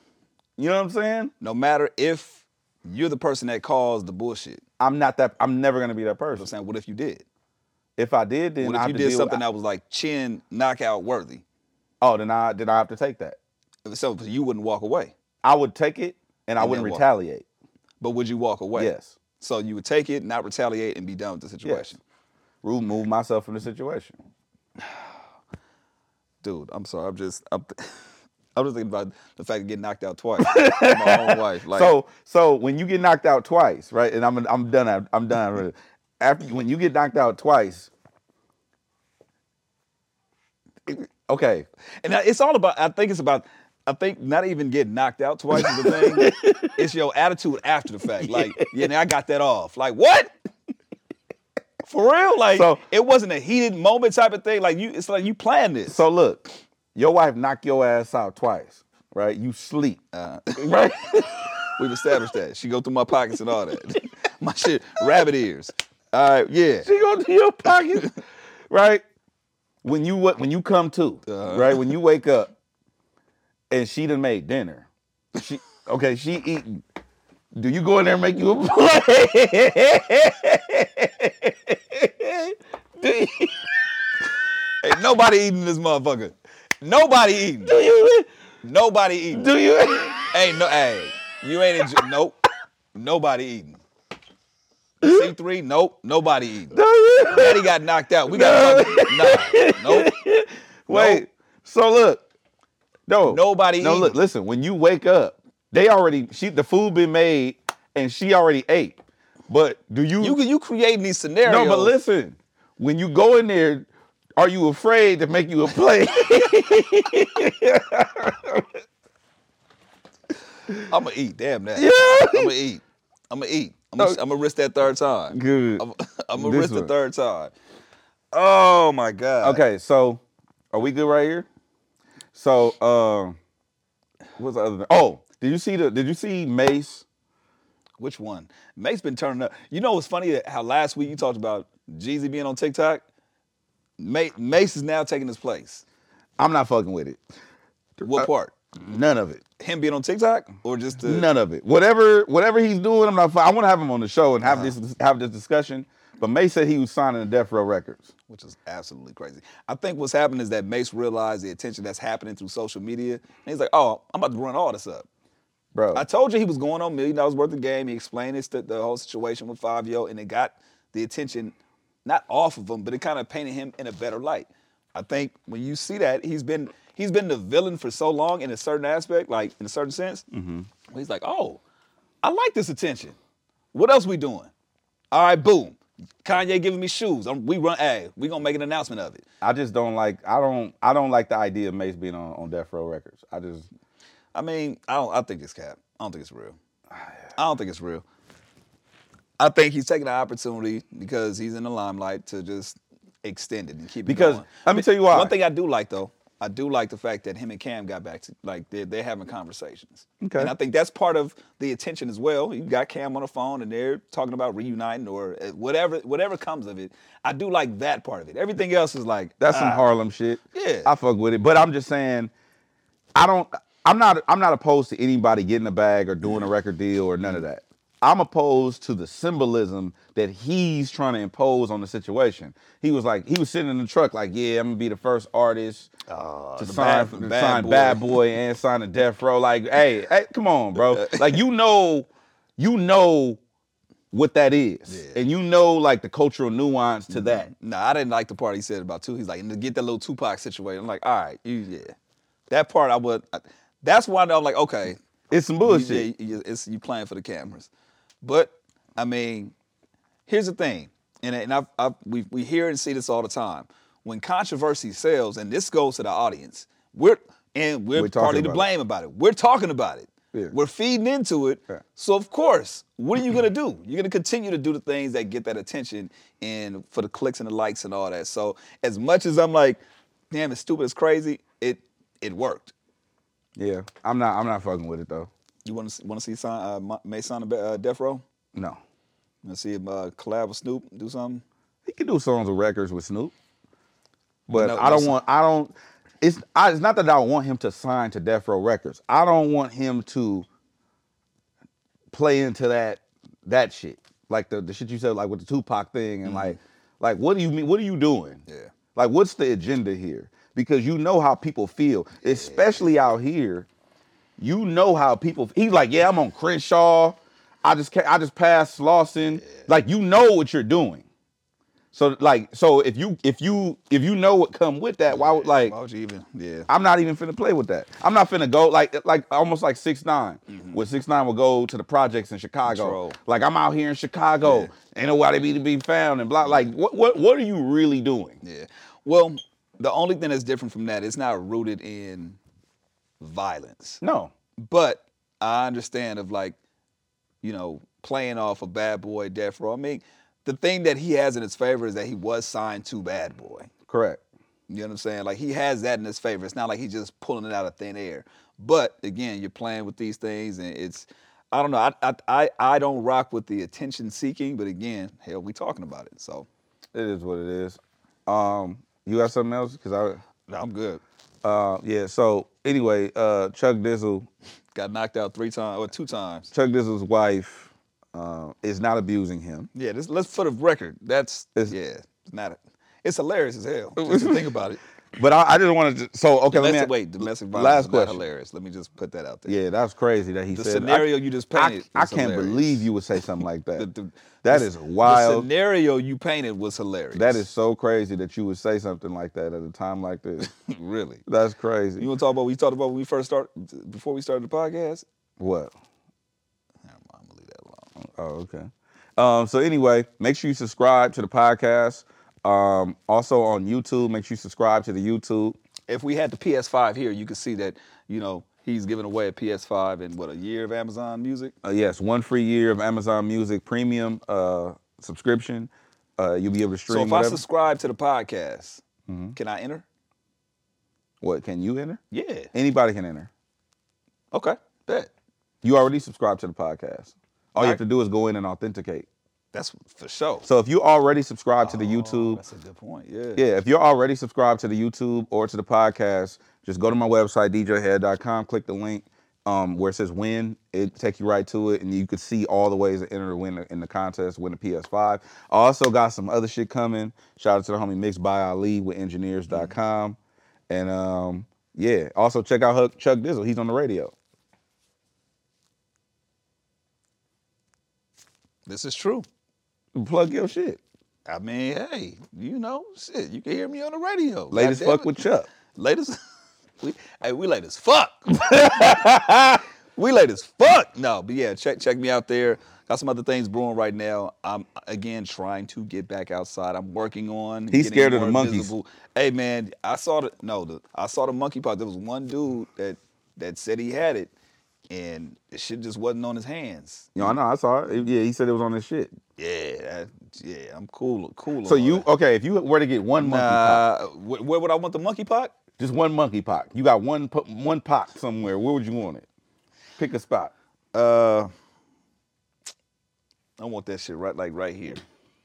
[SPEAKER 2] You know what I'm saying?
[SPEAKER 1] No matter if you're the person that caused the bullshit.
[SPEAKER 2] I'm not that. I'm never gonna be that
[SPEAKER 1] I'm
[SPEAKER 2] person.
[SPEAKER 1] saying, what if you did?
[SPEAKER 2] If I did, then
[SPEAKER 1] What
[SPEAKER 2] I
[SPEAKER 1] if
[SPEAKER 2] have
[SPEAKER 1] you
[SPEAKER 2] to
[SPEAKER 1] did
[SPEAKER 2] deal
[SPEAKER 1] something
[SPEAKER 2] With,
[SPEAKER 1] that was like chin knockout worthy?
[SPEAKER 2] oh, then I then I have to take that.
[SPEAKER 1] So you wouldn't walk away,
[SPEAKER 2] I would take it and I
[SPEAKER 1] And
[SPEAKER 2] wouldn't
[SPEAKER 1] then what?
[SPEAKER 2] retaliate.
[SPEAKER 1] but would you walk away?
[SPEAKER 2] Yes.
[SPEAKER 1] So you would take it, not retaliate, and be done with the situation.
[SPEAKER 2] Remove myself from the situation.
[SPEAKER 1] Dude, I'm sorry. I'm just, I'm, I'm just thinking about the fact of getting knocked out twice. my own wife. Like,
[SPEAKER 2] so so when you get knocked out twice, right? And I'm I'm done. af- I'm done. with it. After when you get knocked out twice, okay.
[SPEAKER 1] and I- it's all about. I think it's about I think not even getting knocked out twice is the thing. it's your attitude after the fact. Like, yeah, now I got that off. Like, what? For real? Like,
[SPEAKER 2] So-
[SPEAKER 1] it wasn't a heated moment type of thing. Like, you, it's like you planned this.
[SPEAKER 2] So look, your wife knocked your ass out twice, right? You sleep, uh, right?
[SPEAKER 1] We've established that. She go through my pockets and all that. my shit, rabbit ears. All right, yeah.
[SPEAKER 2] she go to your pocket, right? When you wa- when you come to, right? When you wake up, and she done made dinner. She okay, she eating. Do you go in there and make you a plate? do, you,
[SPEAKER 1] Ain't nobody eating this motherfucker. Nobody eating.
[SPEAKER 2] do you
[SPEAKER 1] Nobody eating.
[SPEAKER 2] do you?
[SPEAKER 1] Ain't no, hey, you ain't enjoy. Nope. Nobody eating. C3, nope. Nobody eating. Daddy got knocked out. We got no. Nah, nope.
[SPEAKER 2] Wait.
[SPEAKER 1] Nope.
[SPEAKER 2] So look, no,
[SPEAKER 1] Nobody
[SPEAKER 2] No, look,
[SPEAKER 1] eating.
[SPEAKER 2] listen. When you wake up, they already she the food been made and she already ate. But do you?
[SPEAKER 1] You you creating these scenarios.
[SPEAKER 2] no, but listen. When you go in there, are you afraid to make you a play?
[SPEAKER 1] I'ma eat. Damn that.
[SPEAKER 2] Yeah.
[SPEAKER 1] I'ma eat. I'ma eat. I'ma,
[SPEAKER 2] No.
[SPEAKER 1] I'ma risk that third time.
[SPEAKER 2] Good.
[SPEAKER 1] I'ma, I'ma
[SPEAKER 2] This
[SPEAKER 1] risk the
[SPEAKER 2] one.
[SPEAKER 1] third time. Oh my god.
[SPEAKER 2] okay, so are we good right here? So, um, what's the other? Thing? Oh, did you see the? Did you see Mace?
[SPEAKER 1] Which one? Mace been turning up. You know what's funny? How last week you talked about Jeezy being on TikTok. Ma- Mace is now taking his place.
[SPEAKER 2] I'm not fucking with it.
[SPEAKER 1] What
[SPEAKER 2] uh,
[SPEAKER 1] part?
[SPEAKER 2] None of it.
[SPEAKER 1] Him being on TikTok or just the?
[SPEAKER 2] None of it. Whatever, whatever he's doing, I'm not. fi- I want to have him on the show and have this have this discussion. But May said he was signing to Death Row Records.
[SPEAKER 1] which is absolutely crazy. I think what's happening is that Mace realized the attention that's happening through social media, and he's like, "Oh, I'm about to run all this up."
[SPEAKER 2] Bro,
[SPEAKER 1] I told you he was going on million dollars worth of game. He explained his, the, the whole situation with Five Yo, and it got the attention, not off of him, but it kind of painted him in a better light. I think when you see that, he's been he's been the villain for so long in a certain aspect, like in a certain sense. Where He's like, oh, I like this attention. What else we doing? All right, boom. Kanye giving me shoes. I'm, we run. Hey, we gonna make an announcement of it.
[SPEAKER 2] I just don't like. I don't. I don't like the idea of Mace being on, on Death Row Records. I just.
[SPEAKER 1] I mean, I don't. I think it's cap. I don't think it's real.
[SPEAKER 2] Ah,
[SPEAKER 1] I don't think it's real. I think he's taking the opportunity because he's in the limelight to just extend it and keep
[SPEAKER 2] Because-
[SPEAKER 1] it going.
[SPEAKER 2] let me
[SPEAKER 1] But
[SPEAKER 2] tell you why.
[SPEAKER 1] One thing I do like though, I do like the fact that him and Cam got back to like they're, they're having conversations.
[SPEAKER 2] Okay.
[SPEAKER 1] And I think that's part of the attention as well. You got Cam on the phone and they're talking about reuniting or uh, whatever whatever comes of it. I do like that part of it. Everything else is like
[SPEAKER 2] That's some
[SPEAKER 1] ah,
[SPEAKER 2] Harlem shit.
[SPEAKER 1] Yeah.
[SPEAKER 2] I fuck with it, but I'm just saying, I don't. I'm not. I'm not opposed to anybody getting a bag or
[SPEAKER 1] Mm-hmm.
[SPEAKER 2] doing a record deal or none of that. I'm opposed to the symbolism that he's trying to impose on the situation. He was like, he was sitting in the truck, like, yeah, I'm gonna be the first artist to sign,
[SPEAKER 1] bad-
[SPEAKER 2] to
[SPEAKER 1] bad
[SPEAKER 2] sign
[SPEAKER 1] boy.
[SPEAKER 2] Bad Boy and sign a Death Row. Like, hey, hey, come on, bro. Like, you know, you know what that is,
[SPEAKER 1] Yeah. Mm-hmm.
[SPEAKER 2] and you know like the cultural nuance to that.
[SPEAKER 1] No, I didn't like the part he said about two. He's like, and to get that little Tupac situation. I'm like, all right, you yeah. That part I would. I- that's why I'm like, okay,
[SPEAKER 2] It's some
[SPEAKER 1] you,
[SPEAKER 2] bullshit.
[SPEAKER 1] yeah, you, it's you playing for the cameras. But I mean, here's the thing, and and I've, I've, we we hear and see this all the time. When controversy sells, and this goes to the audience, we're and we're,
[SPEAKER 2] We're talking
[SPEAKER 1] partly to
[SPEAKER 2] about it.
[SPEAKER 1] blame about it. We're talking about it.
[SPEAKER 2] Yeah.
[SPEAKER 1] We're feeding into it.
[SPEAKER 2] Yeah.
[SPEAKER 1] So of course, what are you gonna do? You're gonna continue to do the things that get that attention and for the clicks and the likes and all that. So as much as I'm like, damn, it's stupid, it's crazy. It it worked.
[SPEAKER 2] Yeah, I'm not. I'm not fucking with it though.
[SPEAKER 1] You want to want to see sign, uh, Ma- May sign a uh, death row?
[SPEAKER 2] No,
[SPEAKER 1] You want to see him uh, collab with Snoop, do something?
[SPEAKER 2] he can do songs or records with Snoop, but
[SPEAKER 1] No,
[SPEAKER 2] I don't
[SPEAKER 1] listen.
[SPEAKER 2] want. I don't. It's. I, it's not that I want him to sign to Death Row Records. I don't want him to play into that that shit. Like the, the shit you said, like with the Tupac thing, and like, like what do you mean? What are you doing?
[SPEAKER 1] Mm-hmm. Yeah.
[SPEAKER 2] Like, what's the agenda here? Because you know how people feel, especially out here. You know how people. He's like, yeah, I'm on Crenshaw. I just, ca- I just passed Lawson. Like, you know what you're doing. So, like, so if you, if you, if you know what come with that, why would like?
[SPEAKER 1] Why would you even? Yeah.
[SPEAKER 2] I'm not even finna play with that. I'm not finna go like like almost like six nine. Where six nine will go to the projects in Chicago.
[SPEAKER 1] Mm-hmm. Control.
[SPEAKER 2] Like I'm out here in Chicago. Ain't nobody be to be found and blah. Like what what what are you really doing?
[SPEAKER 1] Yeah. Well, the only thing that's different from that, it's not rooted in violence.
[SPEAKER 2] No.
[SPEAKER 1] But I understand of like, you know, playing off a bad boy death row. I mean, the thing that he has in his favor is that he was signed to Bad Boy.
[SPEAKER 2] Correct.
[SPEAKER 1] You know what I'm saying? Like he has that in his favor. It's not like he's just pulling it out of thin air. But again, you're playing with these things, and it's I don't know. I I I, I don't rock with the attention seeking, but again, hell, we talking about it, so
[SPEAKER 2] It is what it is. Um, you got something else? Because
[SPEAKER 1] I'm good.
[SPEAKER 2] I, uh, yeah. So anyway, uh, Chuck Dizzle,
[SPEAKER 1] Got knocked out three times or two times.
[SPEAKER 2] Chuck Dizzle's wife uh, is not abusing him.
[SPEAKER 1] Yeah, this, let's for the record. That's
[SPEAKER 2] It's-
[SPEAKER 1] yeah, it's not. A, it's hilarious as hell. Just to think about it.
[SPEAKER 2] But I, I just wanted to. So okay, let me.
[SPEAKER 1] Domestic,
[SPEAKER 2] a-
[SPEAKER 1] wait, domestic violence
[SPEAKER 2] Last
[SPEAKER 1] is not
[SPEAKER 2] question.
[SPEAKER 1] hilarious. Let me just put that out there.
[SPEAKER 2] Yeah, that's crazy that he
[SPEAKER 1] The
[SPEAKER 2] said.
[SPEAKER 1] scenario
[SPEAKER 2] I,
[SPEAKER 1] you just
[SPEAKER 2] I-
[SPEAKER 1] painted.
[SPEAKER 2] I,
[SPEAKER 1] was
[SPEAKER 2] can't
[SPEAKER 1] hilarious.
[SPEAKER 2] believe you would say something like that.
[SPEAKER 1] The- the-
[SPEAKER 2] that
[SPEAKER 1] the-
[SPEAKER 2] is wild.
[SPEAKER 1] The scenario you painted was hilarious.
[SPEAKER 2] that is so crazy that you would say something like that at a time like this.
[SPEAKER 1] really.
[SPEAKER 2] that's crazy.
[SPEAKER 1] You want to talk about what you talked about when we first started, before we started the podcast?
[SPEAKER 2] what?
[SPEAKER 1] Never mind, I'm gonna leave that alone.
[SPEAKER 2] Oh, okay. Um, so anyway, make sure you subscribe to the podcast. Um, also on YouTube, make sure you subscribe to the YouTube.
[SPEAKER 1] If we had the PS5 here, you could see that you know he's giving away a PS5 and what a year of Amazon Music.
[SPEAKER 2] Uh, yes, one free year of Amazon Music Premium uh, subscription. Uh, you'll be able to
[SPEAKER 1] So
[SPEAKER 2] stream
[SPEAKER 1] if I
[SPEAKER 2] whatever. Mm-hmm.
[SPEAKER 1] subscribe to the podcast, can I enter?
[SPEAKER 2] what can you enter?
[SPEAKER 1] Yeah.
[SPEAKER 2] Anybody can enter.
[SPEAKER 1] Okay. Bet.
[SPEAKER 2] You already subscribe to the podcast. All
[SPEAKER 1] Right.
[SPEAKER 2] you have to do is go in and authenticate.
[SPEAKER 1] That's for sure.
[SPEAKER 2] So if you already subscribe to the
[SPEAKER 1] Oh,
[SPEAKER 2] YouTube,
[SPEAKER 1] That's a good point. Yeah.
[SPEAKER 2] Yeah, if you're already subscribed to the YouTube or to the podcast, just go to my website, djhead.com, click the link um, where it says win. It takes you right to it, and you can see all the ways to enter to win in the contest, win the PS5. I also got some other shit coming. Shout out to the homie Mixed by Ali with engineers.com. And um, yeah, also check out Huck- Chuck Dizzle. He's on the radio.
[SPEAKER 1] This is true.
[SPEAKER 2] Plug your shit.
[SPEAKER 1] I mean, hey, you know, shit, you can hear me on the radio.
[SPEAKER 2] Latest
[SPEAKER 1] Goddamn
[SPEAKER 2] fuck
[SPEAKER 1] it.
[SPEAKER 2] with Chuck.
[SPEAKER 1] Latest. we, hey, we late as fuck. we late as fuck. No, but yeah, check check me out there. Got some other things brewing right now. I'm again trying to get back outside. I'm working on.
[SPEAKER 2] He's
[SPEAKER 1] getting
[SPEAKER 2] scared of the
[SPEAKER 1] more
[SPEAKER 2] monkeys.
[SPEAKER 1] visible. Hey man, I saw the no, the, I saw the monkey monkeypox. There was one dude that that said he had it, and the shit just wasn't on his hands.
[SPEAKER 2] You know, I know, I saw it. Yeah, he said it was on his shit.
[SPEAKER 1] Yeah, that, yeah, I'm cool, cool.
[SPEAKER 2] So
[SPEAKER 1] on all
[SPEAKER 2] you,
[SPEAKER 1] that.
[SPEAKER 2] okay, if you were to get one monkey pop,
[SPEAKER 1] Nah, wh- where would I want the monkey pot?
[SPEAKER 2] Just one monkey pot. You got one po- one pot somewhere. Where would you want it? Pick a spot.
[SPEAKER 1] Uh, I want that shit right, like right here.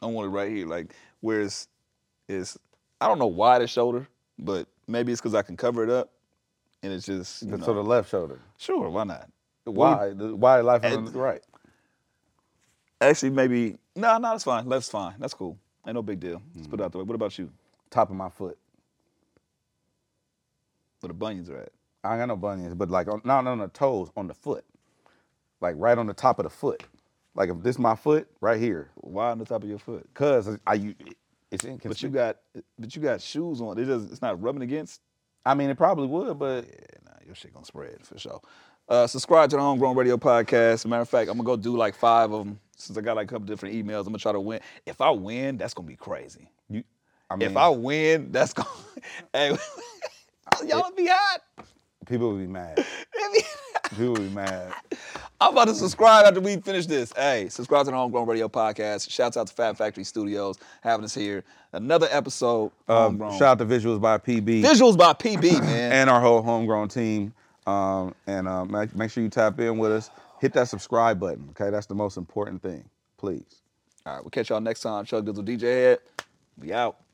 [SPEAKER 1] I want it right here, like where it's, it's. I don't know why the shoulder, but maybe it's because I can cover it up, and it's just. You know,
[SPEAKER 2] So the left shoulder.
[SPEAKER 1] sure, why not?
[SPEAKER 2] Why? The- Why life is
[SPEAKER 1] Ed-
[SPEAKER 2] on the right?
[SPEAKER 1] Actually, maybe no, no, it's fine. Left's fine. That's cool. Ain't no big deal. Let's put it out the way. What about you?
[SPEAKER 2] Top of my foot.
[SPEAKER 1] Where the bunions are at?
[SPEAKER 2] I ain't got no bunions, but like on, not on the toes, on the foot, like right on the top of the foot. Like if this my foot right here,
[SPEAKER 1] Why on the top of your foot?
[SPEAKER 2] cause I you
[SPEAKER 1] But
[SPEAKER 2] it's
[SPEAKER 1] you
[SPEAKER 2] inconsistent.
[SPEAKER 1] got, but you got shoes on. It does. It's not rubbing against.
[SPEAKER 2] I mean, it probably would, but
[SPEAKER 1] Nah, your shit gonna spread for sure. Uh, subscribe to the Homegrown Radio podcast. matter of fact, I'm gonna go do like five of them since I got like a couple different emails. I'm gonna try to win. If I win, that's gonna be crazy.
[SPEAKER 2] you. I mean,
[SPEAKER 1] if I win, that's gonna. hey, y'all be hot.
[SPEAKER 2] people would be mad. people would be mad.
[SPEAKER 1] I'm about to subscribe after we finish this. Hey, subscribe to the Homegrown Radio podcast. Shouts out to Fab Factory Studios having us here. Another episode.
[SPEAKER 2] Um,
[SPEAKER 1] Homegrown.
[SPEAKER 2] shout out to Visuals by PB.
[SPEAKER 1] Visuals by PB, man.
[SPEAKER 2] and our whole homegrown team. Um, and uh, make, make sure you tap in with us. Hit that subscribe button, okay? That's the most important thing, please.
[SPEAKER 1] All right, we'll catch y'all next time. Chuck Dizzle, DJ Head. We out.